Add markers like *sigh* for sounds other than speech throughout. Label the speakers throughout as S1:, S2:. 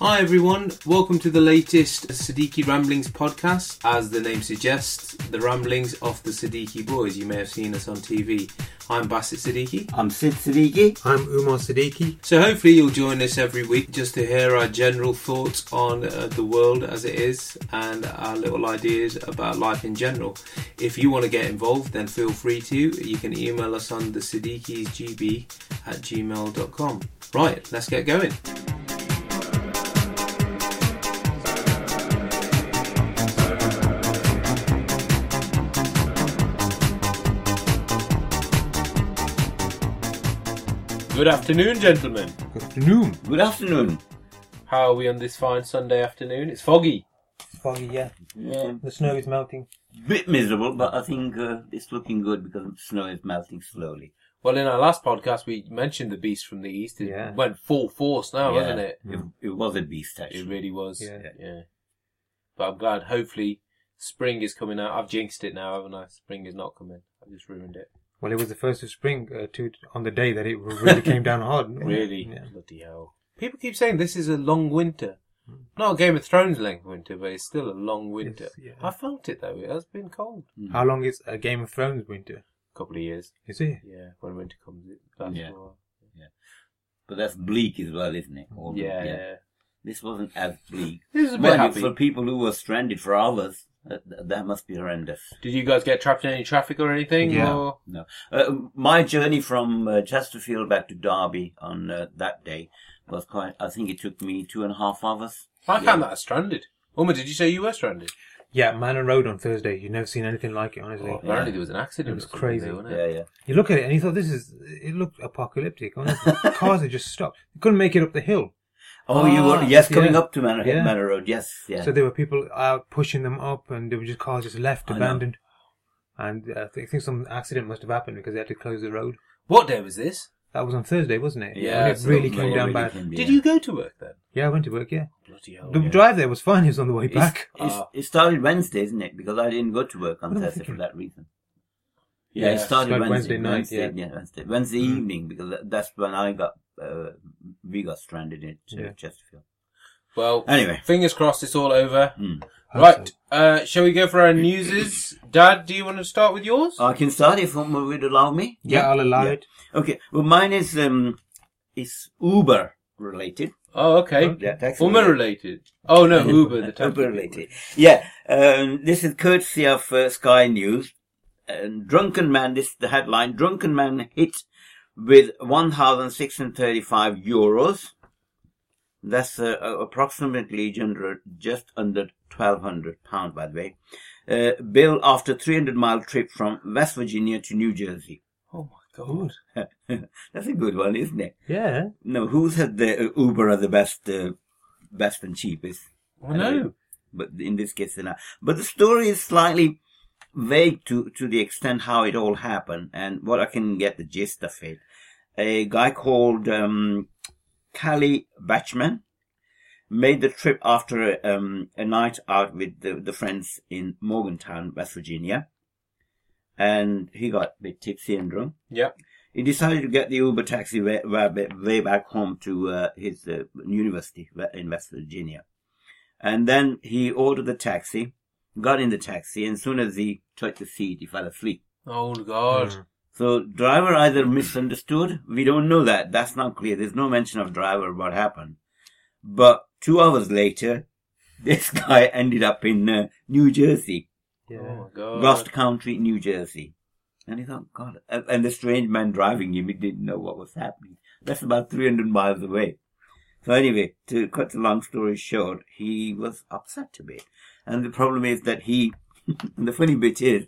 S1: Hi everyone, welcome to the latest Siddiqui Ramblings podcast. As the name suggests, the ramblings of the Siddiqui boys. You may have seen us on TV. I'm Bassett Siddiqui.
S2: I'm Sid Siddiqui.
S3: I'm Umar Siddiqui.
S1: So hopefully you'll join us every week just to hear our general thoughts on uh, the world as it is and our little ideas about life in general. If you want to get involved, then feel free to. You can email us on the gb at gmail.com. Right, let's get going. Good afternoon, gentlemen.
S3: Good afternoon.
S2: Good afternoon.
S1: How are we on this fine Sunday afternoon? It's foggy.
S4: foggy, yeah.
S2: Yeah,
S4: The snow is melting.
S2: bit miserable, but I think uh, it's looking good because the snow is melting slowly.
S1: Well, in our last podcast, we mentioned the beast from the east. It
S4: Yeah.
S1: went full force now,
S2: Yeah,
S1: Oh, wasn't it?
S2: It, it was a beast
S1: It
S2: actually.
S1: really was.
S4: Yeah.
S1: yeah. But I'm glad. Hopefully, spring is coming out. I've jinxed it now, haven't I? Spring is not coming. I've just ruined it.
S4: Well, it was the first of spring uh, to on the day that it really came down hard.
S1: Really?
S4: Yeah.
S1: Bloody hell. People keep saying this is a long winter.
S4: Hmm.
S1: Not a Game of Thrones length winter, but it's still a long winter.
S4: It's- yeah.
S1: I felt it though. It has been cold.
S2: Mm.
S4: How long is a Game of Thrones winter?
S1: couple of years.
S4: Is it?
S1: Yeah, when winter comes, it lasts
S2: Yeah.
S1: a while.
S2: But that's bleak as well, isn't it? All the-
S1: Yeah, yeah.
S2: This wasn't as bleak.
S1: This is a bit
S2: Mind you,
S1: happy.
S2: for people who were stranded for hours. That, that must be horrendous.
S1: Did you guys get trapped in any traffic or anything?
S4: Yeah.
S1: Or...
S2: No, uh, my journey from uh, Chesterfield back to Derby on uh, that day was quite. I think it took me two and a half hours.
S1: I found that as stranded. Uma, did you say you were stranded?
S4: Yeah, Manor Road on Thursday. You've never seen anything like it, honestly.
S2: Oh.
S1: Apparently there was an accident.
S4: It was
S1: or something there,
S4: crazy.
S1: wasn't
S2: Yeah,
S1: it?
S2: yeah.
S4: You look at it and you thought this is. It looked apocalyptic.
S2: *laughs*
S4: Honestly, cars had just stopped. They couldn't make it up the hill,
S2: Oh, you were
S4: Ah,
S2: yes coming
S4: yeah.
S2: up to Manor,
S4: Yeah.
S2: Manor Road. Yes, yeah.
S4: so there were people out pushing them up, and there were just cars just left
S2: I know.
S4: abandoned. And uh, I thi- think some accident must have happened because they had to close the road.
S1: What day was this?
S4: That was on Thursday, wasn't it?
S1: Yeah,
S4: When it
S1: so
S4: really
S1: it
S4: came
S1: really
S4: down
S2: really
S4: bad.
S2: came
S1: Did
S2: down.
S1: you go to work then?
S4: Yeah, I went to work. Oh, Yeah,
S1: Bloody hell.
S4: the drive there was fine. It was on the way
S2: It's-
S4: back.
S2: It's,
S1: Ah.
S2: it started Wednesday, isn't it? Because I didn't go to work on
S4: What am I
S2: Thursday for
S4: thinking?
S2: that reason. Yeah, it
S1: Yeah,
S2: started
S4: started
S2: Wednesday,
S4: Wednesday night,
S2: Wednesday,
S4: yeah. Mm.
S2: Wednesday, Wednesday evening because that, that's when I got uh, we got stranded at uh,
S4: Yeah.
S2: Chesterfield.
S1: Well,
S2: Anyway.
S1: fingers crossed it's all over.
S2: Hmm.
S4: Hope
S1: Right,
S4: so.
S1: uh, shall we go for our newses?
S2: *coughs*
S1: Dad, do you want to start with yours?
S2: I can start if someone would allow me.
S4: Yeah, I'll allow
S2: Yeah.
S4: it.
S2: Okay. Well, mine is um is Uber related.
S1: oh, okay.
S2: Yeah, taxi
S1: Uma related. Oh,
S2: *laughs*
S1: no, Uber, the taxi.
S2: Uber related. Uh, Yeah. Um, this is courtesy of uh, Sky News. Um, drunken man. This is the headline. Drunken man hit with one thousand six hundred thirty-five euros. That's uh, uh, approximately gender- just under twelve hundred pounds, by the way. Uh, bill after three hundred mile trip from West Virginia to New Jersey.
S1: Oh, my God.
S2: That's a good one, isn't it?
S4: Yeah.
S2: No, who said the uh, Uber are the best, uh, best and cheapest?
S1: I know.
S2: but in this case they're not. But the story is slightly vague to, to the extent how it all happened and what I can get the gist of it. A guy called um, Callie Batchman made the trip after um, a night out with the, the friends in Morgantown, West Virginia. And he got a bit tipsy and drunk
S1: Yep.
S2: he decided to get the Uber taxi way, way, way back home to uh, his uh, university in West Virginia. And then he ordered the taxi, got in the taxi, and as soon as he took the seat, he fell asleep.
S1: Oh, God.
S2: Mm. So driver either misunderstood. We don't know that. That's not clear. There's no mention of driver what happened. But two hours later, *laughs* this guy ended up in uh, New Jersey.
S1: Oh,
S4: Yeah.
S1: my God.
S2: Lost Country, New Jersey. And he thought, God, and and the strange man driving him, he didn't know what was happening. That's about 300 miles away. So anyway, to cut the long story short, he was upset a bit. And the problem is that he, *laughs* and the funny bit is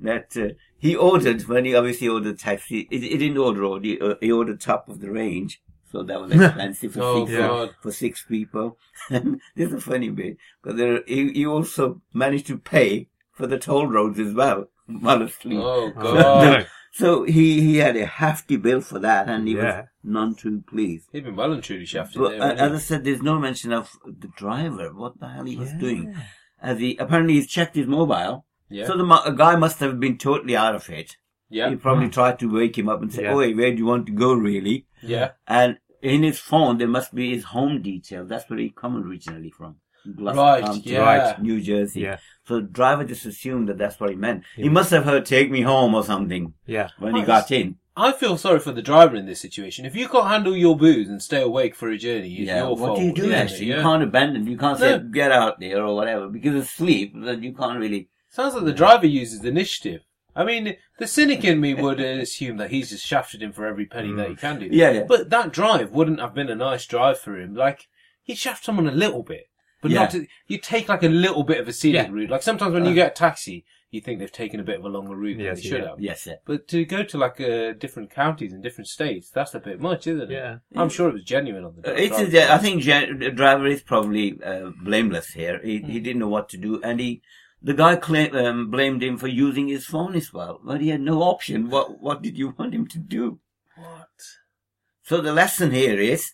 S2: that uh, he ordered, when he obviously ordered taxi, he, he didn't order, all, he, uh, he ordered top of the range. So that was expensive
S1: *laughs*
S2: for,
S1: Oh,
S2: six,
S1: God.
S2: for six people. *laughs* And this is a funny bit, because there, he, he also managed to pay for the toll roads as well *laughs* while asleep. *laughs*
S1: Oh,
S4: No. *laughs*
S1: God.
S2: So he, he had a hefty bill for that, and he
S4: Yeah.
S2: was none too pleased.
S1: He'd been well and truly shafted
S2: But
S1: there.
S2: uh,
S1: hadn't he?
S2: as I said, there's no mention of the driver. What the hell he was
S4: Yeah.
S2: doing? As he apparently he's checked his mobile,
S1: Yeah.
S2: so the mu- a guy must have been totally out of it.
S1: yeah.
S2: He probably tried to wake him up and say,
S4: Yeah.
S2: "Oi, where do you want to go, really?"
S1: Yeah.
S2: And in his phone there must be his home details. That's where he come originally from. Gloucester
S1: Right,
S2: County,
S1: yeah.
S2: right, New Jersey.
S4: Yeah.
S2: So the driver just assumed that that's what he meant. He
S4: Yeah.
S2: must have heard "Take me home" or something
S4: Yeah.
S2: when he
S1: Well,
S2: got in.
S1: I feel sorry for the driver in this situation. If you can't handle your booze and stay awake for a journey, it's
S2: Yeah,
S1: your
S2: what
S1: fault.
S2: do you do
S1: yeah,
S2: actually?
S1: yeah.
S2: You can't abandon. You can't say
S1: No.
S2: get out there or whatever because of sleep. Then you can't really.
S1: Sounds like the driver uses initiative. I mean, the cynic in me would uh, assume that he's just shafted him for every penny that he can do.
S2: Mm. Yeah, yeah.
S1: But that drive wouldn't have been a nice drive for him. Like, he'd shaft someone a little bit, but
S2: Yeah. Uh.
S1: not to, you take like a little bit of a scenic
S4: Yeah.
S1: route. Like sometimes when you get a taxi, you think they've taken a bit of a longer route than
S4: Yes,
S1: they should
S4: yeah.
S1: have.
S2: Yes, sir.
S1: But to go to like uh, different counties and different states, that's a bit much, isn't it?
S4: Yeah.
S1: I'm sure it was genuine on the
S2: Uh, It's,
S1: driver's
S2: uh, I
S1: part.
S2: think gen- the driver is probably uh, blameless here. He,
S1: Hmm.
S2: he didn't know what to do, and he, the guy claim, um, blamed him for using his phone as well, but he had no option. What what did you want him to do?
S1: What?
S2: So the lesson here is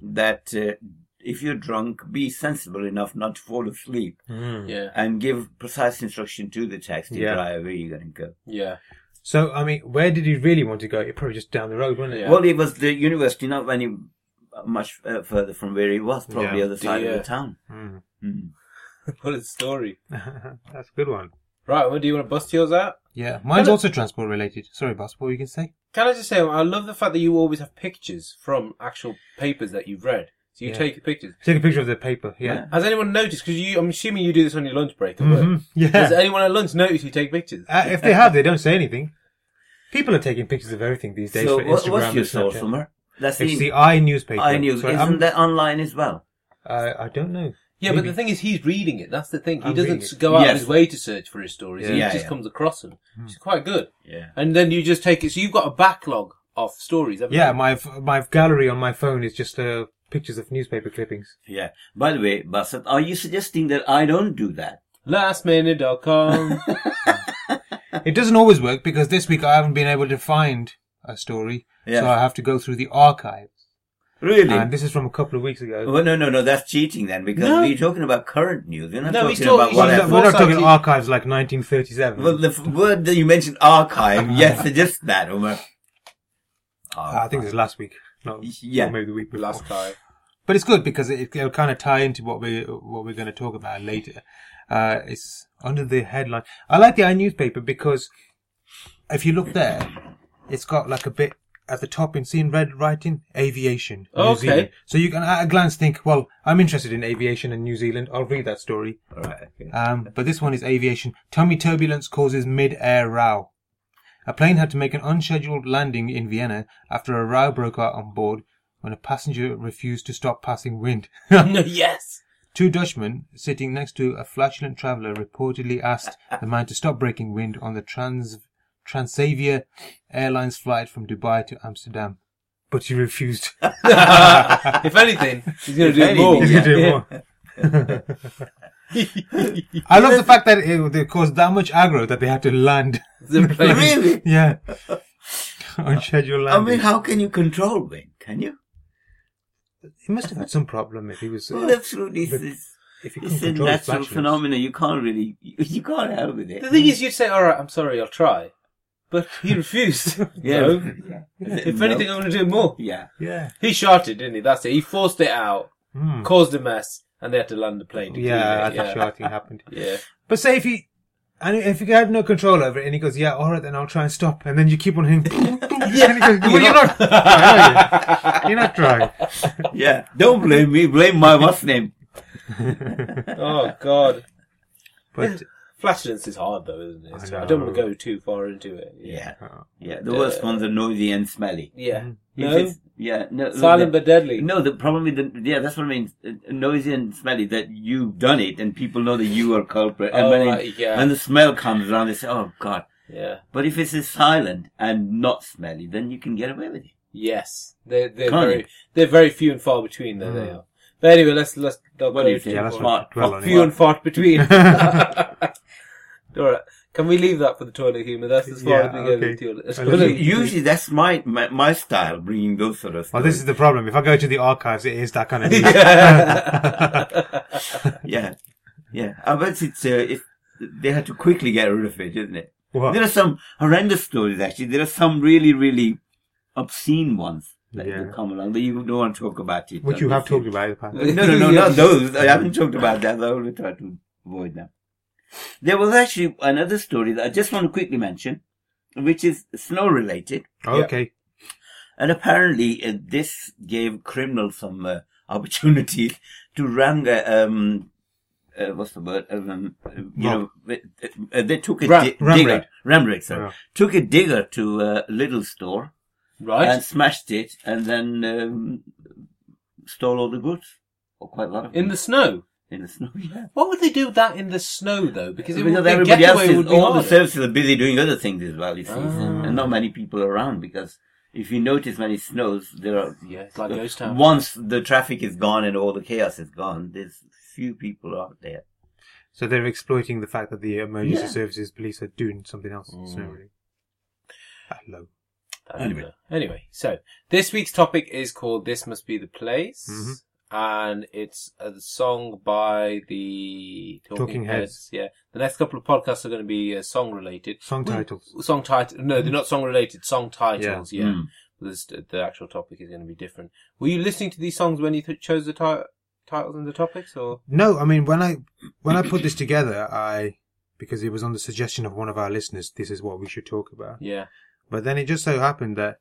S2: that uh, if you're drunk, be sensible enough not to fall asleep,
S4: Mm.
S1: Yeah.
S2: and give precise instruction to the taxi
S4: Yeah.
S2: driver where you're going to go.
S1: Yeah.
S4: So, I mean, where did he really want to go? It probably just down the road, wasn't it?
S1: Yeah.
S2: Well, it was the university, not any much uh, further from where he was, probably
S4: Yeah.
S2: other side of
S1: Yeah.
S2: the town.
S4: Mm.
S2: Mm.
S1: what a story.
S4: *laughs* That's a good one.
S1: Right, well, do you want to bust yours out?
S4: Mm. Yeah. Mine's
S1: Hello-
S4: also transport related. Sorry, boss. What were you going to say?
S1: Can I just say, I love the fact that you always have pictures from actual papers that you've read. So you
S4: Yeah.
S1: take pictures.
S4: Take a picture of the paper. Yeah.
S1: Has anyone noticed? Because you, I'm assuming you do this on your lunch break. at work.
S4: *laughs* Mhm.
S1: Does
S4: Yeah.
S1: anyone at lunch notice you take pictures?
S4: Uh, if they have, they don't say anything. People are taking pictures of everything these days
S2: So,
S4: for
S2: what-
S4: Instagram.
S2: what's your
S4: and Snapchat.
S2: source, Omar? That's
S4: It's
S2: the
S4: the I newspaper.
S2: I news.
S4: Sorry,
S2: Isn't
S4: I'm- uh,
S2: that online as well?
S4: I, I don't know.
S1: Yeah, but
S4: Maybe.
S1: the thing is, he's reading it. That's the thing. He
S4: I'm reading
S1: doesn't
S4: it.
S1: go out of
S2: Yes.
S1: his way to search for his stories. he
S2: Yeah,
S1: just
S2: yeah.
S1: comes across them.
S4: Mm.
S1: It's quite good.
S2: Yeah.
S1: And then you just take it. So you've got a backlog of stories. haven't
S4: Yeah,
S1: you?
S4: my f- my gallery on my phone is just uh, pictures of newspaper
S2: *laughs*
S4: clippings.
S2: Yeah. By the way, Basat, are you suggesting that I don't do that?
S4: *laughs*
S1: Lastminute.com.
S4: It doesn't always work because this week I haven't been able to find a story,
S2: Yeah.
S4: so I have to go through the archives.
S2: Really?
S4: And this is from a couple of weeks ago.
S2: well, no, no, no. That's cheating then, because
S1: No.
S2: we're talking about current news. We're not
S1: No, he's
S2: talking
S1: talking-
S2: about
S1: he's
S2: what
S1: talking Well,
S4: We're not-
S2: happened.
S4: we're not
S1: Forsyth
S4: talking
S1: is-
S4: archives like 1937.
S2: Well, the f- word that you mentioned, archive. yes, suggest that, Omar.
S4: I think it was last week, not
S2: Yeah.
S4: or maybe the week before.
S1: Last guy.
S4: But it's good because it, it'll kind of tie into what we what we're going to talk about later. Uh, it's under the headline. I like the i newspaper because if you look there, it's got like a bit at the top in seen red writing aviation. New
S1: Okay.
S4: Zealand. So you can at a glance think, well, I'm interested in aviation in New Zealand. I'll read that story.
S2: All right, okay.
S4: Um, but this one is aviation. Tummy turbulence causes mid-air row. A plane had to make an unscheduled landing in Vienna after a row broke out on board when a passenger refused to stop passing wind. *laughs*
S1: *laughs* yes.
S4: Two Dutchmen sitting next to a flatulent traveller reportedly asked the man to stop breaking wind on the Trans Transavia Airlines flight from Dubai to Amsterdam, but he refused.
S1: if anything, he's going to do
S2: anything,
S1: more.
S4: *laughs* He's
S2: yeah.
S4: gonna do
S1: *laughs*
S4: more. I love the fact that it, they caused that much aggro that they had to land.
S1: The place-
S2: really? *laughs*
S4: yeah. On schedule
S2: I
S4: landing.
S2: mean, how can you control wind? Can you?
S4: he must have had some problem if he was.
S2: Well, absolutely.
S4: But-
S2: It's,
S4: if he couldn't
S2: it's a
S4: control his
S2: natural
S4: flatulence.
S2: phenomenon. You can't really, you, you can't help with it.
S1: The thing is, you'd say, all right, I'm sorry, I'll try. But he *laughs* refused.
S2: Yeah.
S1: No.
S2: Yeah.
S1: If
S2: No.
S1: anything, I'm going to do more.
S2: yeah.
S4: Yeah.
S1: He shouted, didn't he? That's it. He forced it out,
S4: Hmm.
S1: caused a mess, and they had to land the plane. To
S4: Yeah,
S1: clean
S4: that's
S1: it.
S4: sure I think happened.
S1: yeah. yeah.
S4: But say if he, and if he had no control over it, and he goes, "Yeah, all right, then I'll try and stop," and then you keep on hearing, *laughs* yeah, and he goes, well,
S2: *laughs*
S4: you're not, trying, are you? are not trying.
S2: Yeah. Don't blame me. Blame my what's name.
S1: Oh God,
S4: *laughs* But
S1: flatulence is hard though, isn't it? It's-
S4: I
S1: I, don't
S4: know.
S1: want to go too far into it.
S2: Yeah.
S4: Oh.
S2: Yeah. The worst ones are noisy and smelly.
S4: Hmm.
S1: Yeah.
S2: If
S1: No.
S2: it's- Yeah. No. look,
S1: Silent
S2: the-
S1: but deadly.
S2: No, the problem with the yeah, that's what I mean. uh, Noisy and smelly. That you've done it, and people know that you are culprit. And
S1: Oh,
S2: when, it-
S1: right, yeah.
S2: when the smell comes around, they say, "Oh God."
S1: Yeah.
S2: But if it's silent and not smelly, then you can get away with it.
S1: Yes. They're they're
S2: Can't
S1: very
S2: you? Hmm.
S1: they're very few and far between though they are. But anyway, let's let's not
S2: What
S1: go
S2: do you
S1: too
S2: think?
S4: yeah, that's
S1: far.
S2: Smart.
S4: not dwell on
S1: Few
S4: it.
S1: and far
S2: *laughs*
S1: between. *laughs* All right. Can we leave that for the toilet humor? That's as far
S4: Yeah,
S1: as we
S4: okay.
S1: go with
S4: I
S1: the
S4: love
S1: toilet.
S4: it.
S2: Usually, that's my, my my style, bringing those sort of.
S4: Well,
S2: Stories.
S4: Oh, this is the problem. If I go to the archives, it is that kind
S2: *laughs*
S4: of thing.
S2: yeah, yeah. I bet it's uh, if they had to quickly get rid of it, isn't it?
S4: What?
S2: There are some horrendous stories actually. There are some really, really obscene ones. that
S4: Yeah.
S2: will come along. But you don't want to talk about it.
S4: Which you have
S2: obviously.
S4: talked about in the past.
S2: No,
S4: *laughs*
S2: no, no, not those. I haven't talked about that. I always try to avoid them. There was actually another story that I just want to quickly mention, which is snow related.
S4: Okay.
S2: And apparently, uh, this gave criminals some uh, *laughs* opportunities to run. Uh, um, uh, what's the word? Um, uh, you
S4: Rob.
S2: know, uh, uh, they took a
S1: Ram-
S2: di-
S4: ram
S2: digger.
S4: raid.
S2: Ram raid, sorry.
S4: Yeah.
S2: Took a digger to a little store
S1: *laughs* Right.
S2: and smashed it, and then um, stole all the goods, or quite a lot of
S1: in the snow.
S2: in the snow. *laughs* Yeah.
S1: What would they do with that in the snow though? Because, it would,
S2: Because
S1: the
S2: everybody else
S1: getaway
S2: is,
S1: would be
S2: all the
S1: harder.
S2: services are busy doing other things as well, you see.
S1: Ah.
S2: And not many people around because if you notice when it snows, there are,
S1: Yeah, it's like ghost town.
S2: once the traffic is gone and all the chaos is gone, there's few people out there.
S4: So they're exploiting the fact that the emergency
S2: Yeah. Mm.
S4: services police are doing something else. It's not really- Hello.
S2: Anyway.
S1: Anyway, so this week's topic is called "This Must Be the Place,"
S4: Mhm.
S1: and it's a song by the Talking,
S4: Talking
S1: Heads. Yeah, the next couple of podcasts are going to be uh, song related.
S4: Song titles.
S1: Song title? No, they're not song related. Song titles. Yeah.
S2: Mm.
S1: This- the actual topic is going to be different. Were you listening to these songs when you th- chose the ti- titles and the topics, or
S4: No, I mean when I when I
S1: *clears throat*
S4: put this together, I because it was on the suggestion of one of our listeners, this is what we should talk about.
S1: yeah?
S4: But then it just so happened that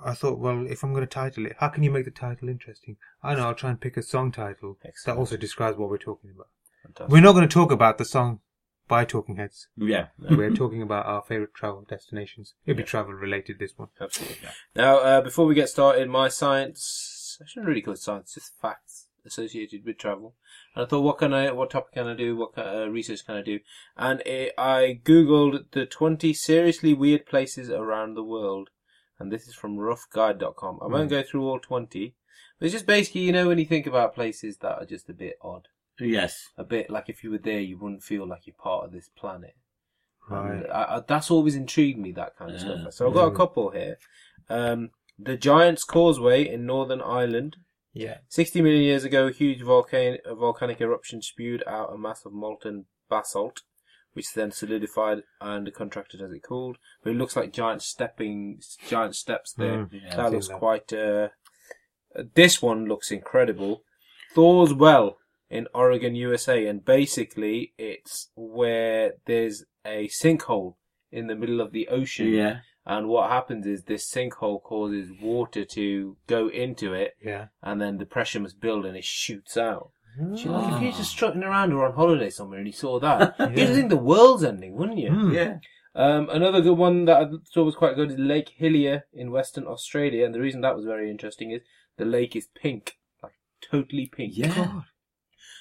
S4: I thought, well, if I'm going to title it, how can you make the title interesting? I know I'll try and pick a song title
S1: Excellent.
S4: that also describes what we're talking about.
S1: Fantastic.
S4: We're not going to talk about the song by
S1: *laughs*
S4: Talking Heads.
S2: Yeah.
S4: We're talking about our favorite travel destinations. It'll be travel related. This one.
S1: Absolutely. Now, uh, before we get started, my science, I shouldn't really call it science, just facts associated with travel. And I thought, what can I, what topic can I do? What kind of research can I do? And it, I googled the 20 seriously weird places around the world. And this is from roughguide.com. I won't go through all 20. But it's just basically, you know, when you think about places that are just a bit odd,
S2: Yes.
S1: a bit like if you were there, you wouldn't feel like you're part of this planet.
S4: Right.
S1: And I, I, that's always intrigued me, that kind of
S2: Yeah.
S1: stuff. So I've got a couple here. Um, the Giant's Causeway in Northern Ireland.
S4: Yeah.
S1: 60 million years ago, a huge volcano, a volcanic eruption spewed out a mass of molten basalt, which then solidified and contracted as it cooled. But it looks like giant stepping, giant steps there.
S4: Mm.
S2: Yeah,
S1: that
S4: I've
S1: looks
S4: seen that.
S1: quite. Uh, this one looks incredible. Thor's Well in Oregon, USA, and basically it's where there's a sinkhole in the middle of the ocean.
S2: Yeah.
S1: And what happens is this sinkhole causes water to go into it
S4: Yeah.
S1: and then the pressure must build and it shoots out. Do you know,
S2: Ah.
S1: If *gasps* you're just strutting around or on holiday somewhere and you saw *laughs* that,
S4: Yeah.
S1: you'd think the world's ending, wouldn't you?
S4: Mm.
S2: Yeah.
S1: Hmm. Um, another good one that I thought was quite good is Lake Hillier in Western Australia, and the reason that was very interesting is the lake is pink, like totally pink.
S2: Yeah.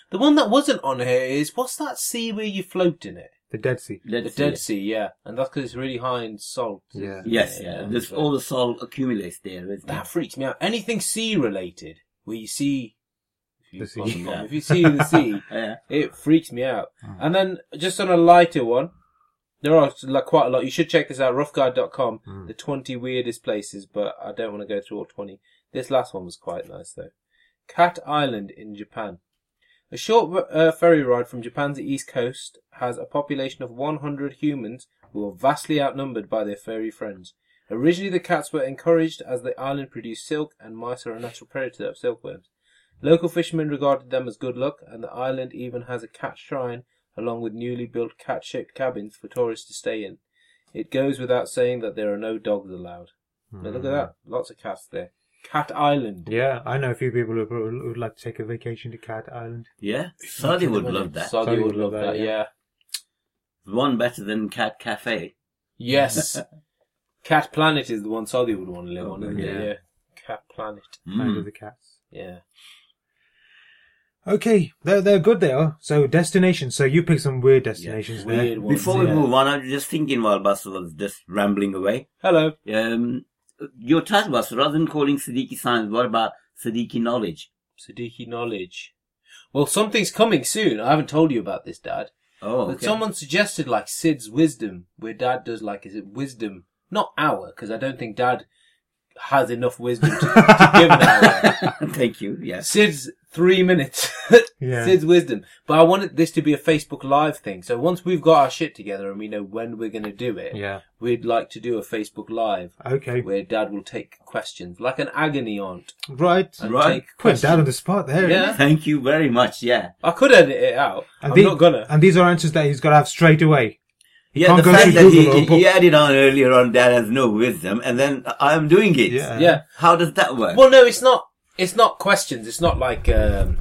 S1: The one that wasn't on here is what's that sea where you float in it?
S4: The Dead Sea.
S1: The
S2: Let's
S1: Dead
S2: see.
S1: Sea, yeah, and that's because it's really high in salt.
S4: Yeah.
S2: Yes. Yeah. There's all the salt accumulates there. Isn't
S1: That
S2: it?
S1: freaks me out. Anything sea related, where you see, if you,
S4: The sea.
S1: if you see the sea,
S2: Yeah.
S1: It freaks me out. And then just on a lighter one, there are like quite a lot. You should check this out, roughguide.com, the 20 weirdest places, but I don't want to go through all 20. This last one was quite nice though. Cat Island in Japan. A short uh, ferry ride from Japan's east coast has a population of 100 humans who are vastly outnumbered by their furry friends. Originally, the cats were encouraged as the island produced silk, and mice are a natural predator of silkworms. Local fishermen regarded them as good luck, and the island even has a cat shrine along with newly built cat shaped cabins for tourists to stay in. It goes without saying that there are no dogs allowed. Now look at that, lots of cats there. Cat Island.
S4: Yeah, I know a few people who who would like to take a vacation to Cat Island.
S2: Yeah. Saudi would love that.
S1: Soggy would love that, yeah.
S2: One better than Cat Cafe.
S1: Yes. *laughs* cat Planet is the one Soggy would want to live on, isn't
S2: yeah.
S1: it? Yeah. Cat Planet.
S4: Land of
S2: Mm.
S4: the cats.
S1: Yeah.
S4: Okay, they're they're good there. So destinations. So you pick some weird destinations there.
S1: Weird ones.
S2: Before we
S1: yeah.
S2: move on, I was just thinking while Bas was just rambling away.
S1: Hello.
S2: Um, your title was rather than calling Siddiqui science, what about Siddiqui knowledge?
S1: Siddiqui knowledge. Well, something's coming soon. I haven't told you about this, Dad.
S2: Oh,
S1: But
S2: okay.
S1: someone suggested like Sid's wisdom, where Dad does like is it wisdom, not hour, because I don't think Dad has enough wisdom to, to give an hour.
S2: *laughs* *laughs* Thank you. Yes.
S1: Sid's three minutes. *laughs*
S4: Yeah.
S1: Sid's wisdom. But I wanted this to be a Facebook Live thing. So once we've got our shit together and we know when we're going to do it,
S4: Yeah.
S1: we'd like to do a Facebook Live
S4: Okay.
S1: where Dad will take questions like an agony aunt.
S4: Right.
S1: And
S2: Right.
S1: Take
S4: Put
S1: questions.
S4: down on the spot there.
S1: Yeah.
S2: Thank you very much. Yeah.
S1: I could edit it out. I'm
S4: the-
S1: not gonna.
S4: And these are answers that he's got to have straight away.
S2: Yeah, the
S4: Can't go
S2: fact
S4: through
S2: that he,
S4: Google or
S2: he,
S4: book.
S2: he added on earlier on, Dad has no wisdom, and then I am doing it.
S4: Yeah.
S1: yeah.
S2: How does that work?
S1: Well, no, it's not. It's not questions. It's not like. um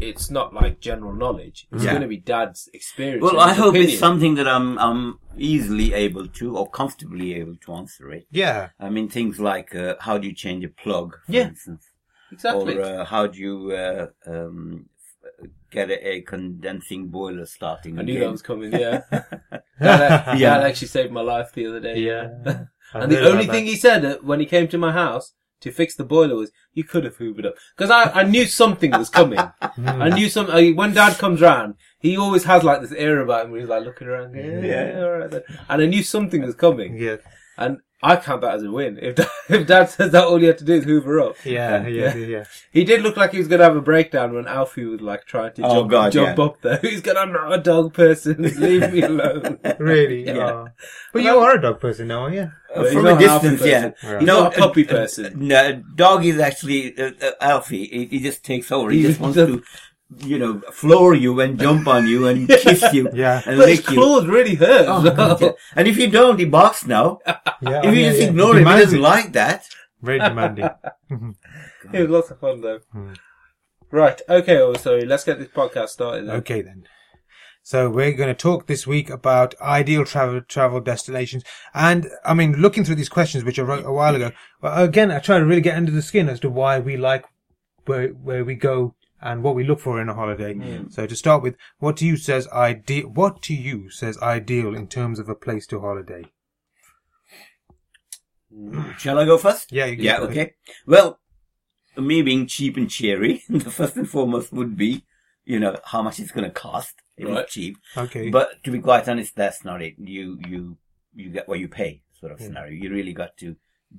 S1: It's not like general knowledge. It's
S2: Yeah.
S1: going to be Dad's experience.
S2: Well,
S1: and
S2: I
S1: his
S2: hope it's
S1: opinion.
S2: something that I'm I'm easily able to or comfortably able to answer it.
S4: Yeah.
S2: I mean, things like uh, how do you change a plug, for
S1: Yeah.
S2: instance,
S1: exactly.
S2: or uh, how do you uh, um, f- get a, a condensing boiler starting?
S1: I knew
S2: again?
S1: that was coming.
S2: *laughs*
S1: Yeah, that,
S2: Yeah.
S1: yeah. actually saved my life the other day. *laughs* Yeah,
S4: I
S1: and the
S4: really
S1: only
S4: like
S1: thing he said uh, when he came to my house to fix the boiler was, "You could have hoovered up," because I, I knew something was
S2: *laughs*
S1: coming. I knew some. Uh, when Dad comes round, he always has like this air about him where he's like looking around, yeah, yeah, all right then. And I knew something was
S4: that.
S1: coming,
S4: Yeah.
S1: and I count that as a win. If Dad, *laughs* if Dad says that all you have to do is hoover up,
S4: Yeah, yeah, yeah, yeah.
S1: he did look like he was going to have a breakdown when Alfie was like trying to
S2: Oh,
S1: jump,
S2: God,
S1: jump
S2: yeah.
S1: up there. *laughs* He's going, I'm not a dog person. *laughs* Leave me
S2: *laughs*
S1: alone. *laughs*
S4: Really?
S2: Yeah.
S4: Oh. But you are a dog person now, aren't you?
S2: Uh,
S1: He's
S2: from a
S1: not an alpha
S2: distance, yeah.
S1: person. He's not a
S2: uh,
S1: puppy
S2: uh,
S1: person.
S2: No, dog is actually uh, uh, Alfie. He, he just takes over. He
S1: He
S2: just wants
S1: does-
S2: to, you know, floor you and jump on you
S1: *laughs*
S2: and kiss you
S4: Yeah.
S2: and
S1: But his
S2: lick you.
S1: claws really hurt.
S2: Oh,
S1: *laughs*
S2: God, yeah. *laughs* And if you don't, he barks now.
S4: Yeah.
S2: If you
S4: yeah,
S2: just
S4: yeah.
S2: ignore him, he
S4: Demands
S2: doesn't
S4: it.
S2: like that.
S4: Very demanding.
S1: It was lots of fun though. Right, okay, oh, sorry, let's get this podcast started. Then.
S4: Okay then. So we're going to talk this week about ideal travel travel destinations, and I mean, looking through these questions which I wrote a while ago. Well, again, I try to really get under the skin as to why we like where where we go and what we look for in a holiday. So to start with, what to you says ideal? What to you says ideal in terms of a place to holiday?
S2: Shall I go first?
S4: Yeah, you can
S2: yeah,
S4: go.
S2: okay. Well, me being cheap and cheery, *laughs* the first and foremost would be, you know, how much it's going to cost if
S1: Right.
S2: it's cheap.
S4: Okay.
S2: But to be quite honest, that's not it. You you you get what you pay sort of scenario. You really got to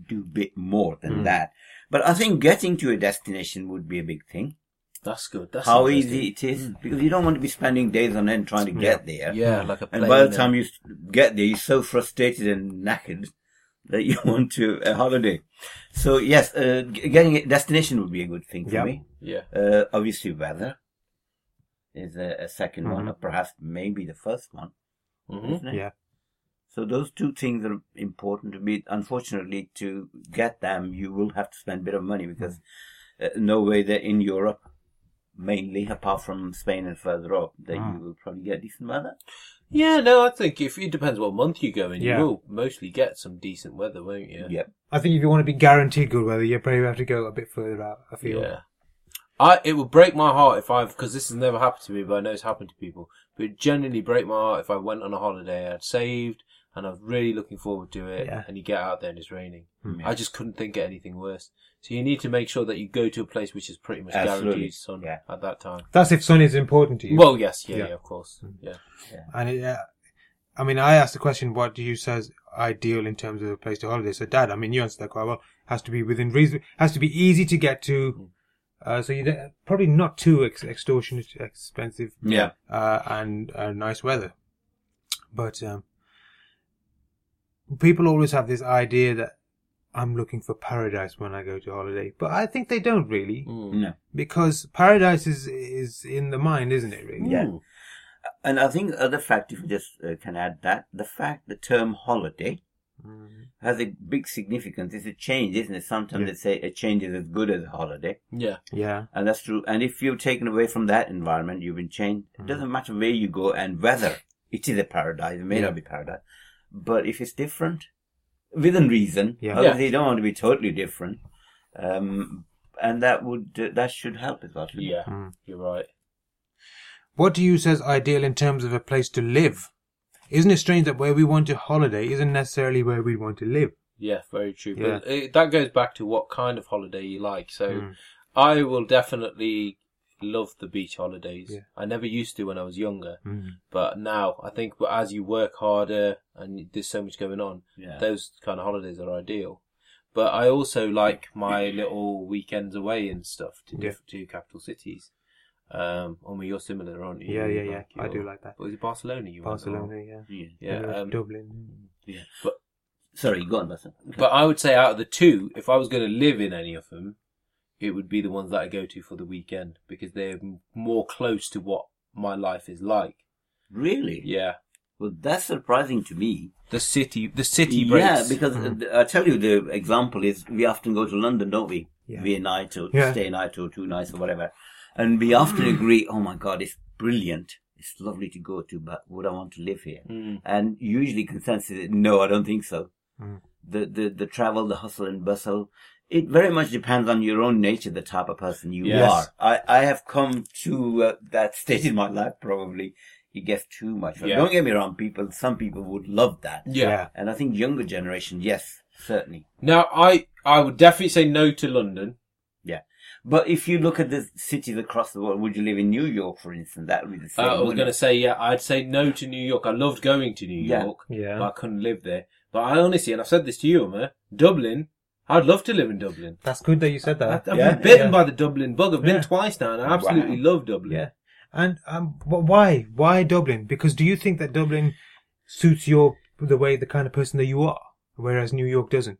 S2: do a bit more
S4: Mm.
S2: than that. But I think getting to a destination would be a big thing.
S1: That's good. That's
S2: How
S1: interesting.
S2: easy it is,
S4: Mm.
S2: because you don't want to be spending days on end trying to get there.
S1: Yeah, like a uh,
S2: And
S1: plane
S2: by the
S1: then.
S2: time you s- get there, you're so frustrated and knackered that you *laughs* want to a holiday. So yes, uh, g- getting a destination would be a good thing for
S4: Yeah.
S2: me.
S1: Yeah.
S2: Uh, obviously, weather is a, a 2nd one, or perhaps maybe the first one.
S1: Mhm.
S2: isn't it?
S4: Yeah.
S2: So those two things are important to me. Unfortunately, to get them, you will have to spend a bit of money because uh, no way that in Europe, mainly apart from Spain and further up, that you will probably get decent weather.
S1: Yeah, no, I think if it depends what month you go in,
S4: Yeah.
S1: you will mostly get some decent weather, won't you?
S2: Yep.
S4: I think if you want to be guaranteed good weather, you probably have to go a bit further out. I feel.
S1: Yeah. I it would break my heart if I've because this has never happened to me, but I know it's happened to people. It would genuinely break my heart if I went on a holiday I'd saved and I was really looking forward to it,
S4: Yeah.
S1: and you get out there and it's raining. I just couldn't think of anything worse. So you need to make sure that you go to a place which is pretty much
S2: Absolutely.
S1: guaranteed sun
S2: Yeah.
S1: at that time.
S4: That's if sun is important to you.
S1: Well, yes, yeah,
S4: Yeah. Mm.
S1: yeah, of course, yeah.
S4: And it, uh, I mean, I asked the question, what do you says ideal in terms of a place to holiday? So, Dad, I mean, you answered that quite well. Has to be within reason, has to be easy to get to. Uh, so you don't- probably not too ex- extortionate, expensive,
S2: Yeah.
S4: uh, and uh, nice weather. But um, people always have this idea that I'm looking for paradise when I go to holiday, but I think they don't really
S1: Mm.
S2: No.
S4: because paradise is is in the mind, isn't it? Really?
S2: Yeah.
S1: Ooh.
S2: And I think other fact, if you just uh, can add that, the fact the term holiday has a big significance. It's a change, isn't it? Sometimes
S4: Yeah.
S2: they say a change is as good as a holiday.
S1: yeah,
S4: Yeah.
S2: And that's true. And if you're taken away from that environment, you've been changed.
S4: Mm-hmm.
S2: It doesn't matter where you go and whether it is a paradise. It may not be paradise. But if it's different, within reason,
S4: Yeah.
S2: obviously you don't want to be totally different. Um, and that would, uh, that should help as
S4: Mm.
S2: well. shouldn't it?
S1: yeah, you're right.
S4: What do you says ideal in terms of a place to live? Isn't it strange that where we want to holiday isn't necessarily where we want to live?
S1: Yeah, very true.
S4: Yeah. Mm.
S1: But it, that goes back to what kind of holiday you like. So I will definitely love the beach holidays.
S4: Yeah.
S1: I never used to when I was younger,
S4: Mm.
S1: but now I think as you work harder and there's so much going on,
S2: Yeah.
S1: those kind of holidays are ideal. But I also like my little weekends away and stuff to diff- to capital cities. Um, I mean, you're similar, aren't you?
S4: Yeah, yeah, yeah.
S1: Like
S4: I do
S1: you're-
S4: like that.
S1: What was it Barcelona? You went, or-
S4: Barcelona, yeah.
S2: Yeah.
S1: Yeah,
S4: Uh,
S1: um,
S4: Dublin.
S2: Sorry, go on, Basim.
S1: But I would say out of the two, if I was going to live in any of them, it would be the ones that I go to for the weekend because they're m- more close to what my life is like.
S2: Really?
S1: Yeah,
S2: Well, that's surprising to me.
S1: the city, the city
S2: yeah,
S1: breaks.
S2: because
S4: Hmm.
S2: uh, th- I tell you, the example is we often go to London, don't we?
S4: Yeah.
S2: We a night or
S4: Yeah.
S2: stay a night or two nights or whatever, and we
S4: *clears throat*
S2: often agree. Oh my God, it's brilliant. It's lovely to go to, but would I want to live here?
S1: Mm.
S2: And usually consensus is no, I don't think so.
S4: Mm.
S2: The, the the travel, the hustle and bustle, it very much depends on your own nature, the type of person you
S1: Yes.
S2: are. I, I have come to uh, that *laughs* stage in my life probably. It gets too much.
S1: Yeah.
S2: Don't get me wrong, people. Some people would love that.
S1: yeah.
S4: Yeah.
S2: And I think younger generation, yes, certainly.
S1: Now, I I would definitely say no to London.
S2: But if you look at the cities across the world, would you live in New York, for instance? That would be the
S1: Uh,
S2: same.
S1: I was
S2: wouldn't
S1: going to
S2: it?
S1: say yeah. I'd say no to New York. I loved going to New
S2: Yeah.
S1: York,
S4: Yeah.
S1: but I couldn't live there. But I honestly, and I've said this to you, Emma, Dublin. I'd love to live in Dublin.
S4: That's good that you said
S1: I-
S4: that.
S1: I've
S2: Yeah.
S1: been bitten
S4: Yeah.
S1: by the Dublin bug. I've been
S4: Yeah.
S1: twice now, and I absolutely love Dublin.
S4: Yeah. And um, wh- why? Why Dublin? Because do you think that Dublin suits your the way the kind of person that you are, whereas New York doesn't?